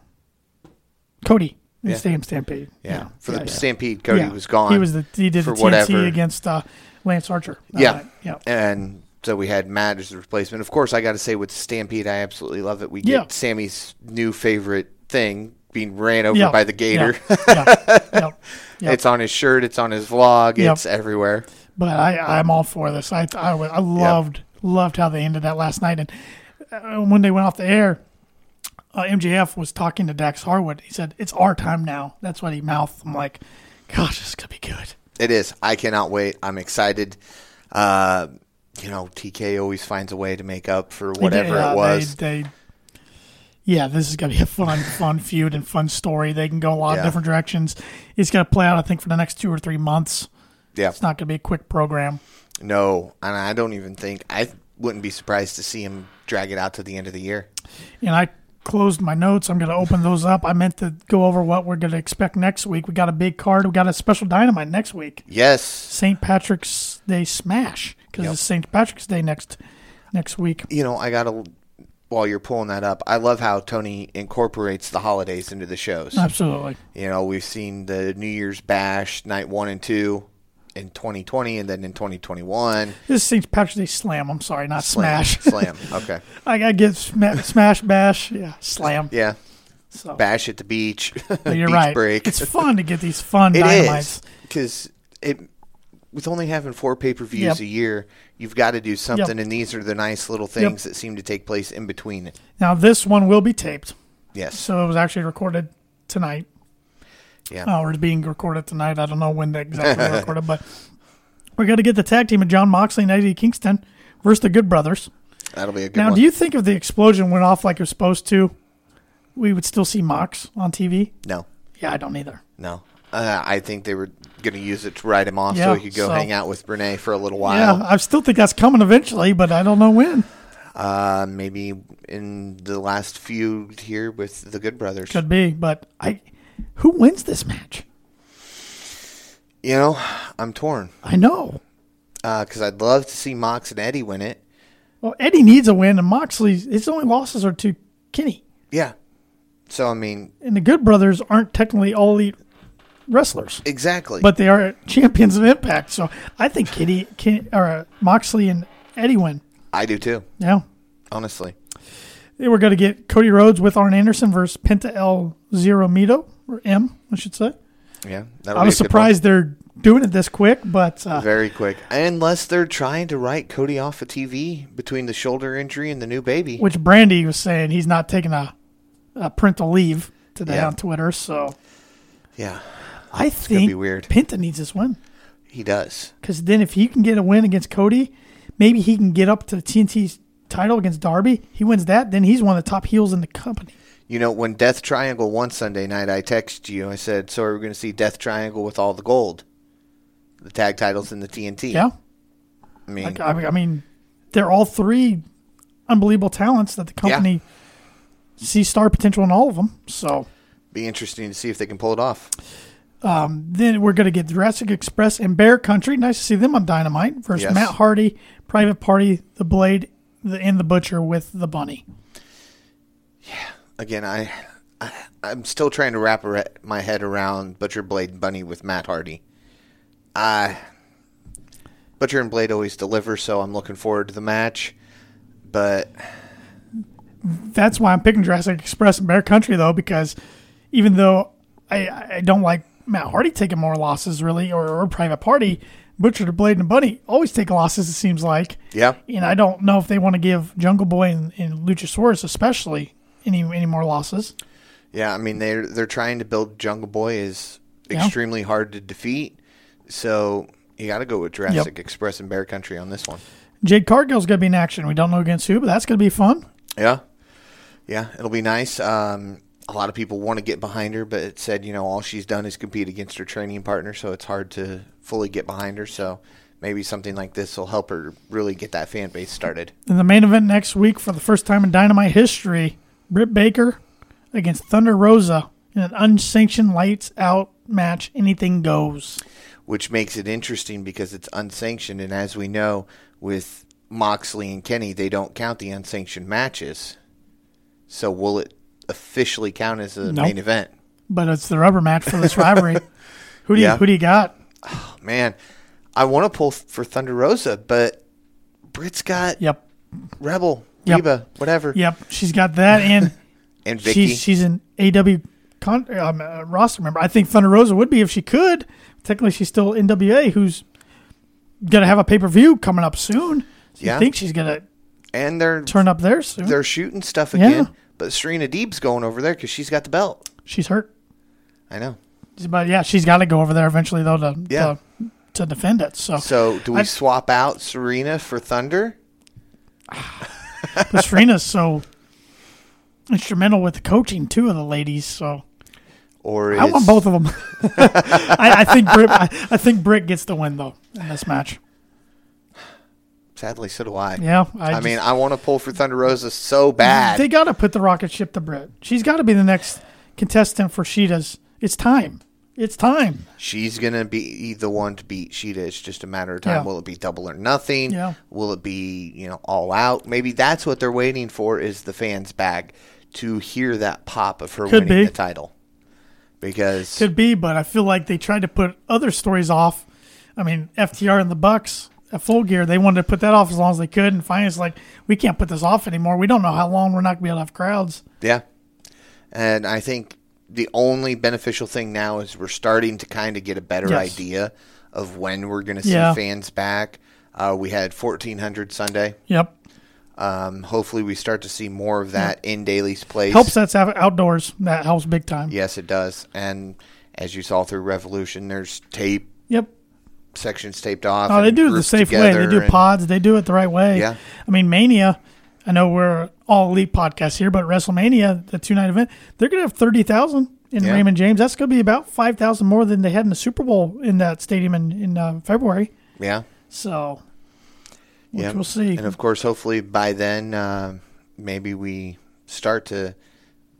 A: Cody in
B: Yeah.
A: the Stadium Stampede.
B: Yeah. For the Stampede, Cody
A: yeah.
B: was gone.
A: He was the he did
B: for
A: the TNT
B: whatever.
A: against uh, Lance Archer. that
B: Yeah.
A: night. Uh, yeah.
B: and so we had Matt as the replacement. Of course, I got to say with Stampede, I absolutely love it. We
A: Yeah.
B: get Sammy's new favorite thing being ran over
A: Yeah.
B: by the gator.
A: Yeah. yeah. yeah. Yeah.
B: It's on his shirt. It's on his vlog.
A: Yep.
B: It's everywhere.
A: But
B: Um,
A: I, I'm all for this. I, I, wa- I loved loved how they ended that last night. And uh, when they went off the air, uh, MJF was talking to Dax Harwood. He said, "It's our time now." That's what he mouthed. I'm like, "Gosh, this could be good."
B: It is. I cannot wait. I'm excited. Uh, you know, TK always finds a way to make up for
A: They did-
B: whatever
A: yeah,
B: it was.
A: They, they, yeah, this is gonna be a fun, fun feud and fun story. They can go a lot
B: Yeah.
A: of different directions. It's gonna play out, I think, for the next two or three months.
B: yeah.
A: It's not gonna be a quick program.
B: No, and I don't even think I wouldn't be surprised to see him drag it out to the end of the year.
A: and I closed my notes. I'm going to open those up. I meant to go over what we're going to expect next week. We got a big card. We got a special dynamite next week.
B: Yes.
A: St. Patrick's Day smash because
B: Yep.
A: it's St. Patrick's Day next next week.
B: you know, I gotta while you're pulling that up, I love how Tony incorporates the holidays into the shows.
A: Absolutely.
B: You know, we've seen the New Year's Bash night one and two in 2020, and then in 2021,
A: This is St. Patrick's Day slam. I'm sorry, not
B: Slam.
A: smash.
B: slam. Okay,
A: I got to get sma- smash bash. Yeah, slam.
B: yeah,
A: So,
B: bash at the beach,
A: but you're
B: beach
A: right.
B: break.
A: It's fun to get these fun
B: It
A: dynamites.
B: is because it with only having four pay per views
A: Yep.
B: a year, you've got to do something, and these are the nice little things that seem to take place in between it.
A: Now, this one will be taped.
B: Yes,
A: So it was actually recorded tonight.
B: yeah,
A: uh, or is being recorded tonight. I don't know when they exactly were recorded, but we got to get the tag team of John Moxley and Eddie Kingston versus the Good Brothers.
B: that'll be a good
A: now,
B: one.
A: do you think if the explosion went off like it was supposed to, we would still see Mox on TV?
B: no.
A: Yeah, I don't either.
B: No. Uh, I think they were going to use it to write him off so
A: Yeah,
B: he could go
A: so-
B: hang out with Brene for a little
A: Yeah,
B: while.
A: I still think that's coming eventually, but I don't know when.
B: uh, maybe in the last feud here with the Good Brothers.
A: Could be, but I, who wins this match?
B: You know, I'm torn
A: I know.
B: because I'd love to see Mox and Eddie win it.
A: Well, Eddie needs a win, and Moxley his only losses are to Kenny,
B: Yeah. So I mean,
A: and the Good Brothers aren't technically all elite wrestlers,
B: exactly.
A: but they are champions of Impact. So I think Kenny, Kenny or uh, Moxley and Eddie win.
B: I do too,
A: Yeah,
B: honestly.
A: they were going to get Cody Rhodes with Arn Anderson versus Penta El Zero Mito or M, I should say.
B: Yeah, that'll
A: I
B: be
A: was
B: a good
A: surprised they're doing it this quick, but
B: one.
A: uh,
B: Very quick, unless they're trying to write Cody off of TV between the shoulder injury and the new baby.
A: which Brandy was saying he's not taking a, a parental leave today
B: Yeah.
A: on Twitter. So
B: Yeah,
A: I
B: gonna
A: think
B: be weird.
A: Penta needs this win
B: he does.
A: because then if he can get a win against Cody, maybe he can get up to the TNT title against Darby. He wins that, then he's one of the top heels in the company.
B: You know, when Death Triangle won Sunday night, I texted you. I said, "So are we going to see Death Triangle with all the gold, the tag titles, and the TNT?"
A: Yeah,
B: I mean,
A: like, I, I mean, they're all three unbelievable talents that the company sees star potential in all of them. So
B: be interesting to see if they can pull it off.
A: um, then we're going to get Jurassic Express and Bear Country. Nice to see them on Dynamite versus
B: Yes.
A: Matt Hardy, Private Party, The Blade, the, and The Butcher with The Bunny.
B: Again, I, I I'm still trying to wrap ar- my head around Butcher Blade and Bunny with Matt Hardy. I Butcher and Blade always deliver, so I'm looking forward to the match. But
A: That's why I'm picking Jurassic Express and Bear Country though, because even though I, I don't like Matt Hardy taking more losses really, or, or Private Party, Butcher, The Blade, and The Bunny always take losses. It seems like.
B: yeah,
A: And I don't know if they want to give Jungle Boy and, and Luchasaurus especially any any more losses.
B: yeah, I mean they're they're trying to build Jungle Boy is
A: Yeah.
B: extremely hard to defeat, so you got to go with Jurassic Express and Bear Country on this one.
A: Jade Cargill's going to be in action. We don't know against who, but that's going to be fun.
B: Yeah, yeah, it'll be nice. Um, a lot of people want to get behind her, but it said you know all she's done is compete against her training partner, so it's hard to fully get behind her. So maybe something like this will help her really get that fan base started.
A: In the main event next week, for the first time in Dynamite history, Britt Baker against Thunder Rosa in an unsanctioned lights out match. Anything goes.
B: which makes it interesting because it's unsanctioned. And as we know, with Moxley and Kenny, they don't count the unsanctioned matches. So will it officially count as a
A: No.
B: main event?
A: But it's the rubber match for this rivalry. who do
B: Yeah.
A: you who do you got?
B: Oh, man, I want to pull for Thunder Rosa, but Britt's got
A: Yep.
B: Rebel,
A: Yep.
B: Reba, whatever,
A: Yep. She's got that and
B: and Vicky.
A: she's she's an AW con- um, uh, roster member. I think Thunder Rosa would be if she could. Technically she's still NWA who's gonna have a pay per view coming up soon. So
B: Yeah.
A: you think she's gonna
B: and they're
A: turn up there soon.
B: they're shooting stuff
A: Yeah.
B: again. But Serena Deeb's going over there because she's got the belt.
A: she's hurt.
B: I know.
A: But yeah, she's got to go over there eventually, though, to
B: Yeah.
A: to, to defend it. So,
B: So do we
A: I-
B: swap out Serena for Thunder?
A: but Serena's so instrumental with the coaching two of the ladies. So
B: Or is
A: I want both of them. I, I think Britt, I, I think Britt gets the win though in this match.
B: Sadly, so do I.
A: Yeah,
B: I,
A: just-
B: mean, I want to pull for Thunder Rosa so bad.
A: they got to put the rocket ship to Britt. She's got to be the next contestant for Sheeta's. It's time. It's time.
B: She's gonna be the one to beat Sheeta. It's just a matter of time.
A: Yeah.
B: Will it be double or nothing?
A: Yeah.
B: Will it be you know all out? Maybe that's what they're waiting for is the fans back to hear that pop of her
A: Could
B: winning
A: be.
B: the title. Because
A: Could be, but I feel like they tried to put other stories off. I mean, FTR and the Bucks at Full Gear, they wanted to put that off as long as they could, and finally it's like, we can't put this off anymore. We don't know how long we're not going to be able to have crowds.
B: yeah, and I think the only beneficial thing now is we're starting to kind of get a better
A: Yes.
B: idea of when we're gonna see
A: Yeah.
B: fans back. Uh, we had fourteen hundred Sunday.
A: Yep.
B: Um, hopefully, we start to see more of that in Daly's place.
A: Helps that's out- outdoors. That helps big time.
B: Yes, it does. And as you saw through Revolution, there's tape
A: Yep.
B: sections taped off.
A: Oh, they
B: and
A: do it the
B: grouped
A: safe way. They
B: together
A: do
B: and-
A: pods. They do it the right way.
B: Yeah.
A: I mean, Mania. I know we're all elite podcast here, but WrestleMania, the two night event, they're going to have thirty thousand in
B: Yeah.
A: Raymond James. That's going to be about five thousand more than they had in the Super Bowl in that stadium in in uh, February.
B: Yeah,
A: So which
B: Yep.
A: we'll see.
B: And of course, hopefully by then, uh, maybe we start to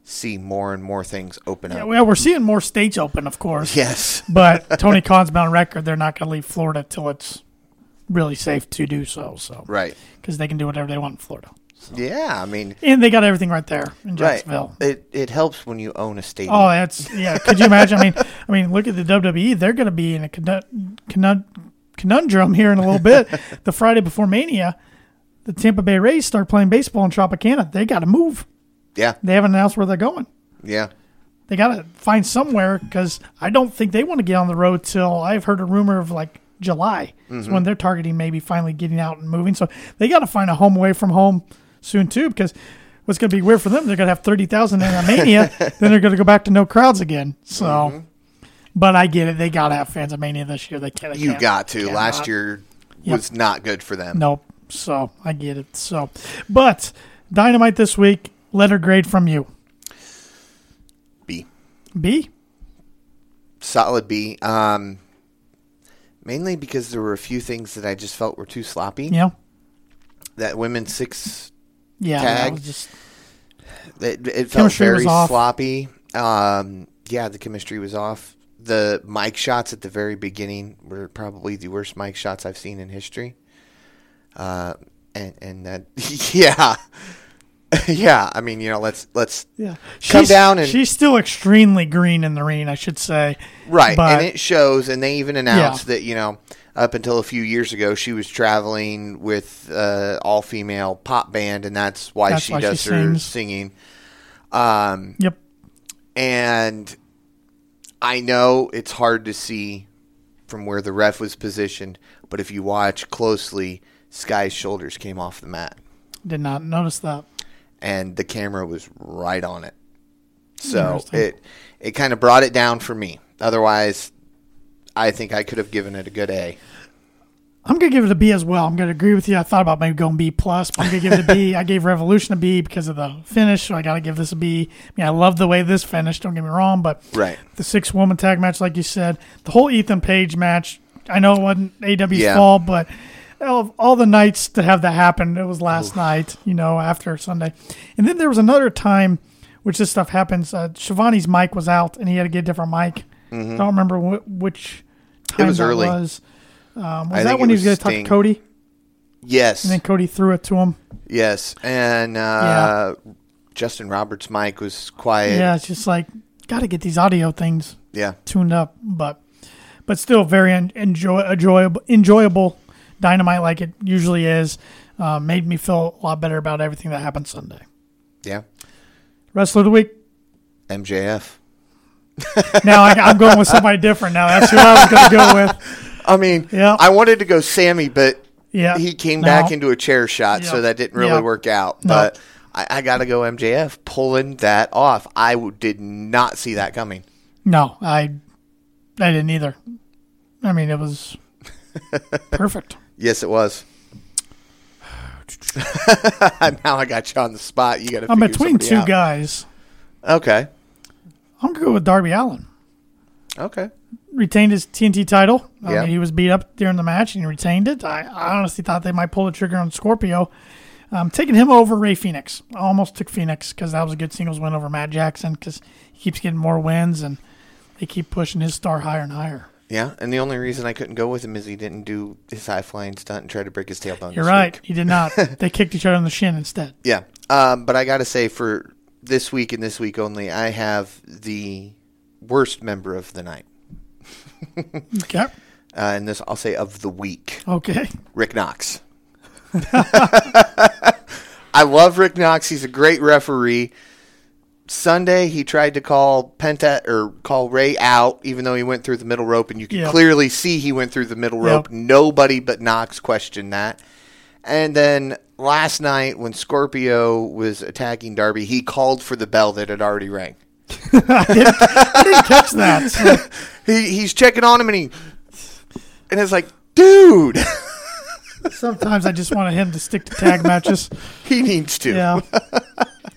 B: see more and more things open
A: Yeah,
B: up.
A: well, we're seeing more states open, of course.
B: yes.
A: But Tony Khan's been on record; they're not going to leave Florida till it's really safe to do so. So,
B: Right.
A: because they can do whatever they want in Florida,
B: Yeah. I mean,
A: and they got everything right there in
B: right.
A: Jacksonville.
B: It it helps when you own a stadium.
A: Oh, that's yeah. Could you imagine? I mean, I mean, look at the WWE. They're going to be in a conun- conun- conundrum here in a little bit. the Friday before Mania, the Tampa Bay Rays start playing baseball in Tropicana. They got to move.
B: yeah.
A: They haven't announced where they're going.
B: Yeah.
A: They got to find somewhere because I don't think they want to get on the road till I've heard a rumor of like July
B: Mm-hmm.
A: is when they're targeting maybe finally getting out and moving. So they got to find a home away from home soon too because what's going to be weird for them they're going to have thirty thousand in a mania, then they're going to go back to no crowds again. So, but I get it. They got to have fans of mania this year. They can't. they
B: Mm-hmm. You
A: can't-
B: got to. Last
A: cannot.
B: year
A: Yep.
B: was not good for them.
A: Nope. So I get it. So, but dynamite this week. Letter grade from you.
B: B.
A: B.
B: Solid B. Um, mainly because there were a few things that I just felt were too sloppy.
A: Yeah.
B: That women's six
A: Yeah.
B: Tag.
A: That was just.
B: It, it felt
A: Chemistry
B: very
A: was off.
B: sloppy. Um, yeah, the chemistry was off. The mic shots at the very beginning were probably the worst mic shots I've seen in history. Uh, and and that yeah, yeah. I mean, you know, let's let's
A: Yeah.
B: Come
A: she's,
B: down and-
A: she's still extremely green in the ring, I should say.
B: right.
A: But
B: and it shows. And they even announced that you know, up until a few years ago, she was traveling with uh, all female pop band, and that's why
A: That's
B: she
A: why she
B: does her
A: sings.
B: singing. Um,
A: yep.
B: and I know it's hard to see from where the ref was positioned, but if you watch closely, Sky's shoulders came off the mat,
A: Did not notice that.
B: and the camera was right on it. So
A: Interesting.
B: it it kind of brought it down for me. Otherwise, I think I could have given it a good A.
A: I'm gonna give it a B as well. I'm gonna agree with you. I thought about maybe going B plus, but I'm gonna give it a B. I gave Revolution a B because of the finish, so I gotta give this a B. I mean, I love the way this finished. Don't get me wrong, but
B: Right.
A: the six woman tag match, like you said, the whole Ethan Page match. I know it wasn't AW's
B: Yeah.
A: fault, but all, all the nights to have that happen, it was last night. You know, after Sunday, and then there was another time, which this stuff happens. Uh, Shivani's mic was out, and he had to get a different mic. I don't remember wh- which time
B: Mm-hmm. was
A: that
B: early.
A: was. Um,
B: I
A: was that
B: think
A: when
B: it
A: he was
B: was
A: going to talk to
B: Sting.
A: Cody?
B: Yes.
A: And then Cody threw it to him.
B: Yes. And uh, Justin Roberts' mic was quiet.
A: yeah, it's just like got to get these audio things
B: yeah.
A: tuned up, but but still very en- enjoy, enjoyable enjoyable dynamite like it usually is. Uh, made me feel a lot better about everything that happened Sunday.
B: Yeah.
A: Wrestler of the week.
B: MJF.
A: Now I, I'm going with somebody different. Now that's who I was going to go with.
B: I mean,
A: Yeah.
B: I wanted to go Sammy, but
A: Yeah,
B: he came
A: No.
B: back into a chair shot,
A: Yeah.
B: so that didn't really
A: Yeah.
B: work out.
A: No.
B: But I, I got to go MJF pulling that off. I w- did not see that coming.
A: No, I I didn't either. I mean, it was perfect.
B: Yes, it was. now I got you on the spot. You got to.
A: I'm between two guys.
B: Okay.
A: I'm going to go with Darby Allen.
B: Okay.
A: retained his TNT title. I
B: Yeah.
A: mean, he was beat up during the match and he retained it. I, I honestly thought they might pull the trigger on Scorpio. Um, taking him over Ray Phoenix. I almost took Phoenix because that was a good singles win over Matt Jackson because he keeps getting more wins and they keep pushing his star higher and higher.
B: Yeah, and the only reason I couldn't go with him is he didn't do his high flying stunt and try to break his tailbone.
A: You're
B: this
A: right.
B: week.
A: He did not. they kicked each other in the shin instead.
B: Yeah. Um, but I got to say, for this week and this week only, I have the worst member of the night.
A: Okay.
B: Uh, and this, I'll say, of the week
A: Okay.
B: Rick Knox. I love Rick Knox. He's a great referee. Sunday, he tried to call Penta or call Ray out, even though he went through the middle rope, and you can
A: Yeah.
B: clearly see he went through the middle
A: Yeah.
B: rope. Nobody but Knox questioned that. And then last night, when Scorpio was attacking Darby, he called for the bell that had already rang.
A: I didn't catch that. So,
B: He, he's checking on him, and he and it's like, dude,
A: sometimes I just wanted him to stick to tag matches.
B: he needs to.
A: Yeah.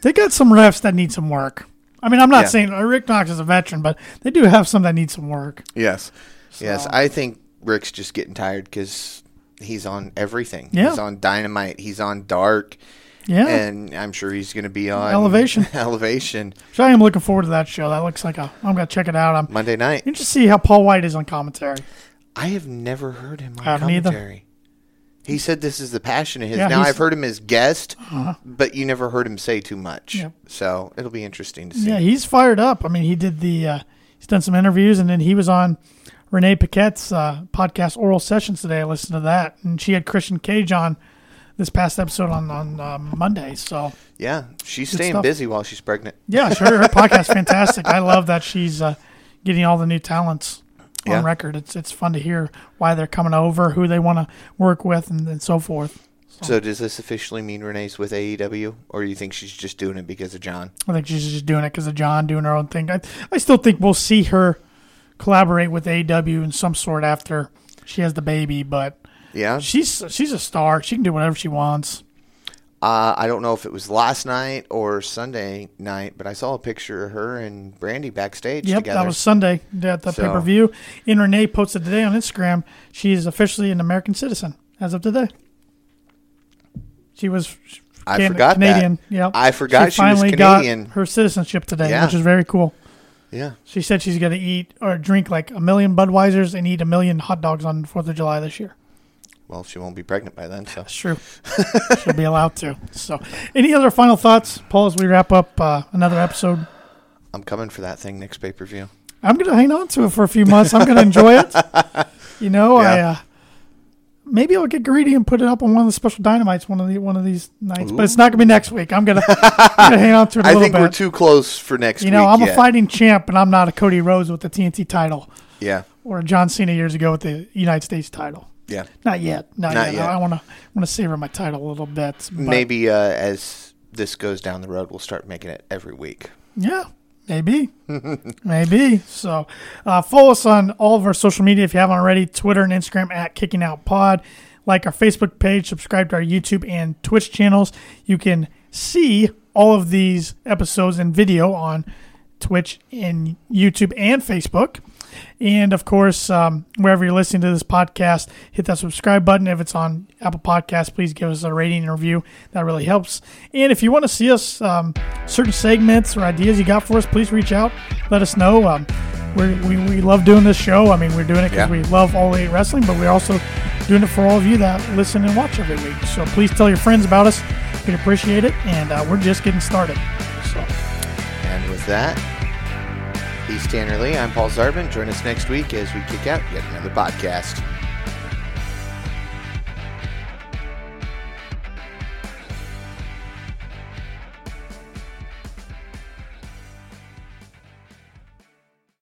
A: they got some refs that need some work. I mean, I'm not
B: Yeah.
A: saying uh, Rick Knox is a veteran, but they do have some that need some work.
B: Yes. Yes.
A: So-
B: I think Rick's just getting tired because he's on everything.
A: Yeah.
B: He's on Dynamite. He's on Dark.
A: Yeah.
B: And I'm sure he's going to be on
A: Elevation.
B: Elevation
A: so I am looking forward to that show. That looks like a. I'm gonna check it out. I'm
B: Monday night.
A: interested to see how Paul White is on commentary.
B: I have never heard him on
A: I haven't either.
B: commentary. He said this is the passion of his.
A: Yeah,
B: now
A: he's- Uh-huh.
B: I've heard him as guest, but you never heard him say too much.
A: Yep.
B: So it'll be interesting to see.
A: Yeah, he's fired up. I mean, he did the. Uh, he's done some interviews, and then he was on Renee Paquette's uh, podcast, Oral Sessions, today. I listened to that, and she had Christian Cage on this past episode on on uh, Monday. So
B: Yeah, she's staying
A: stuff.
B: busy while she's pregnant.
A: yeah, sure, her podcast's fantastic. I love that she's uh, getting all the new talents on
B: Yeah.
A: record. It's it's fun to hear why they're coming over, who they want to work with, and, and so forth.
B: So does this officially mean Renee's with AEW, or you think she's just doing it because of John?
A: I think she's just doing it because of John doing her own thing. I, I still think we'll see her collaborate with AEW in some sort after she has the baby, but
B: Yeah.
A: she's she's a star. She can do whatever she wants.
B: Uh, I don't know if it was last night or Sunday night, but I saw a picture of her and Brandy backstage
A: Yep,
B: together.
A: that was Sunday at the
B: So-
A: pay per view. And Renee posted today on Instagram she is officially an American citizen as of today. She was.
B: I
A: Can-
B: forgot that.
A: Canadian. Yep.
B: I forgot she was Canadian.
A: got her citizenship today,
B: Yeah.
A: which is very cool.
B: yeah.
A: She said she's going to eat or drink like a million Budweisers and eat a million hot dogs on Fourth of July this year.
B: Well, she won't be pregnant by then, so
A: That's true. She'll be allowed to. So, any other final thoughts, Paul? As we wrap up uh, another episode,
B: I'm coming for that thing next pay per view.
A: I'm going to hang on to it for a few months. I'm going to enjoy it. You know, I
B: Yeah.
A: uh, maybe I'll get greedy and put it up on one of the special dynamites one of the one of these nights. But it's not going to be next week. I'm going to I'm gonna hang on to it a
B: I
A: little
B: think
A: bit.
B: we're too close for next
A: you know,
B: week
A: I'm a
B: yet.
A: fighting champ, and I'm not a Cody Rhodes with the TNT title
B: Yeah.
A: or a John Cena years ago with the United States title.
B: Yeah.
A: Not yet. Not,
B: Not
A: yet.
B: yet.
A: I want to want to savor my title a little bit. but-
B: Maybe uh, as this goes down the road, we'll start making it every week.
A: Yeah, maybe. maybe. So uh, follow us on all of our social media if you haven't already Twitter and Instagram at Kicking Out Pod. Like our Facebook page, subscribe to our YouTube and Twitch channels. You can see all of these episodes in video on Twitch and YouTube and Facebook. And of course, um, wherever you're listening to this podcast, hit that subscribe button. If it's on Apple Podcasts, please give us a rating and review. That really helps. And if you want to see us, um, certain segments or ideas you got for us, please reach out. Let us know. Um, we're, we, we love doing this show. I mean, we're doing it
B: Yeah.
A: because we love All Elite Wrestling, but we're also doing it for all of you that listen and watch every week. So please tell your friends about us. We'd appreciate it. And uh, we're just getting started. So
B: And with that, he's Tanner Lee. I'm Paul Zarvin. Join us next week as we kick out yet another podcast.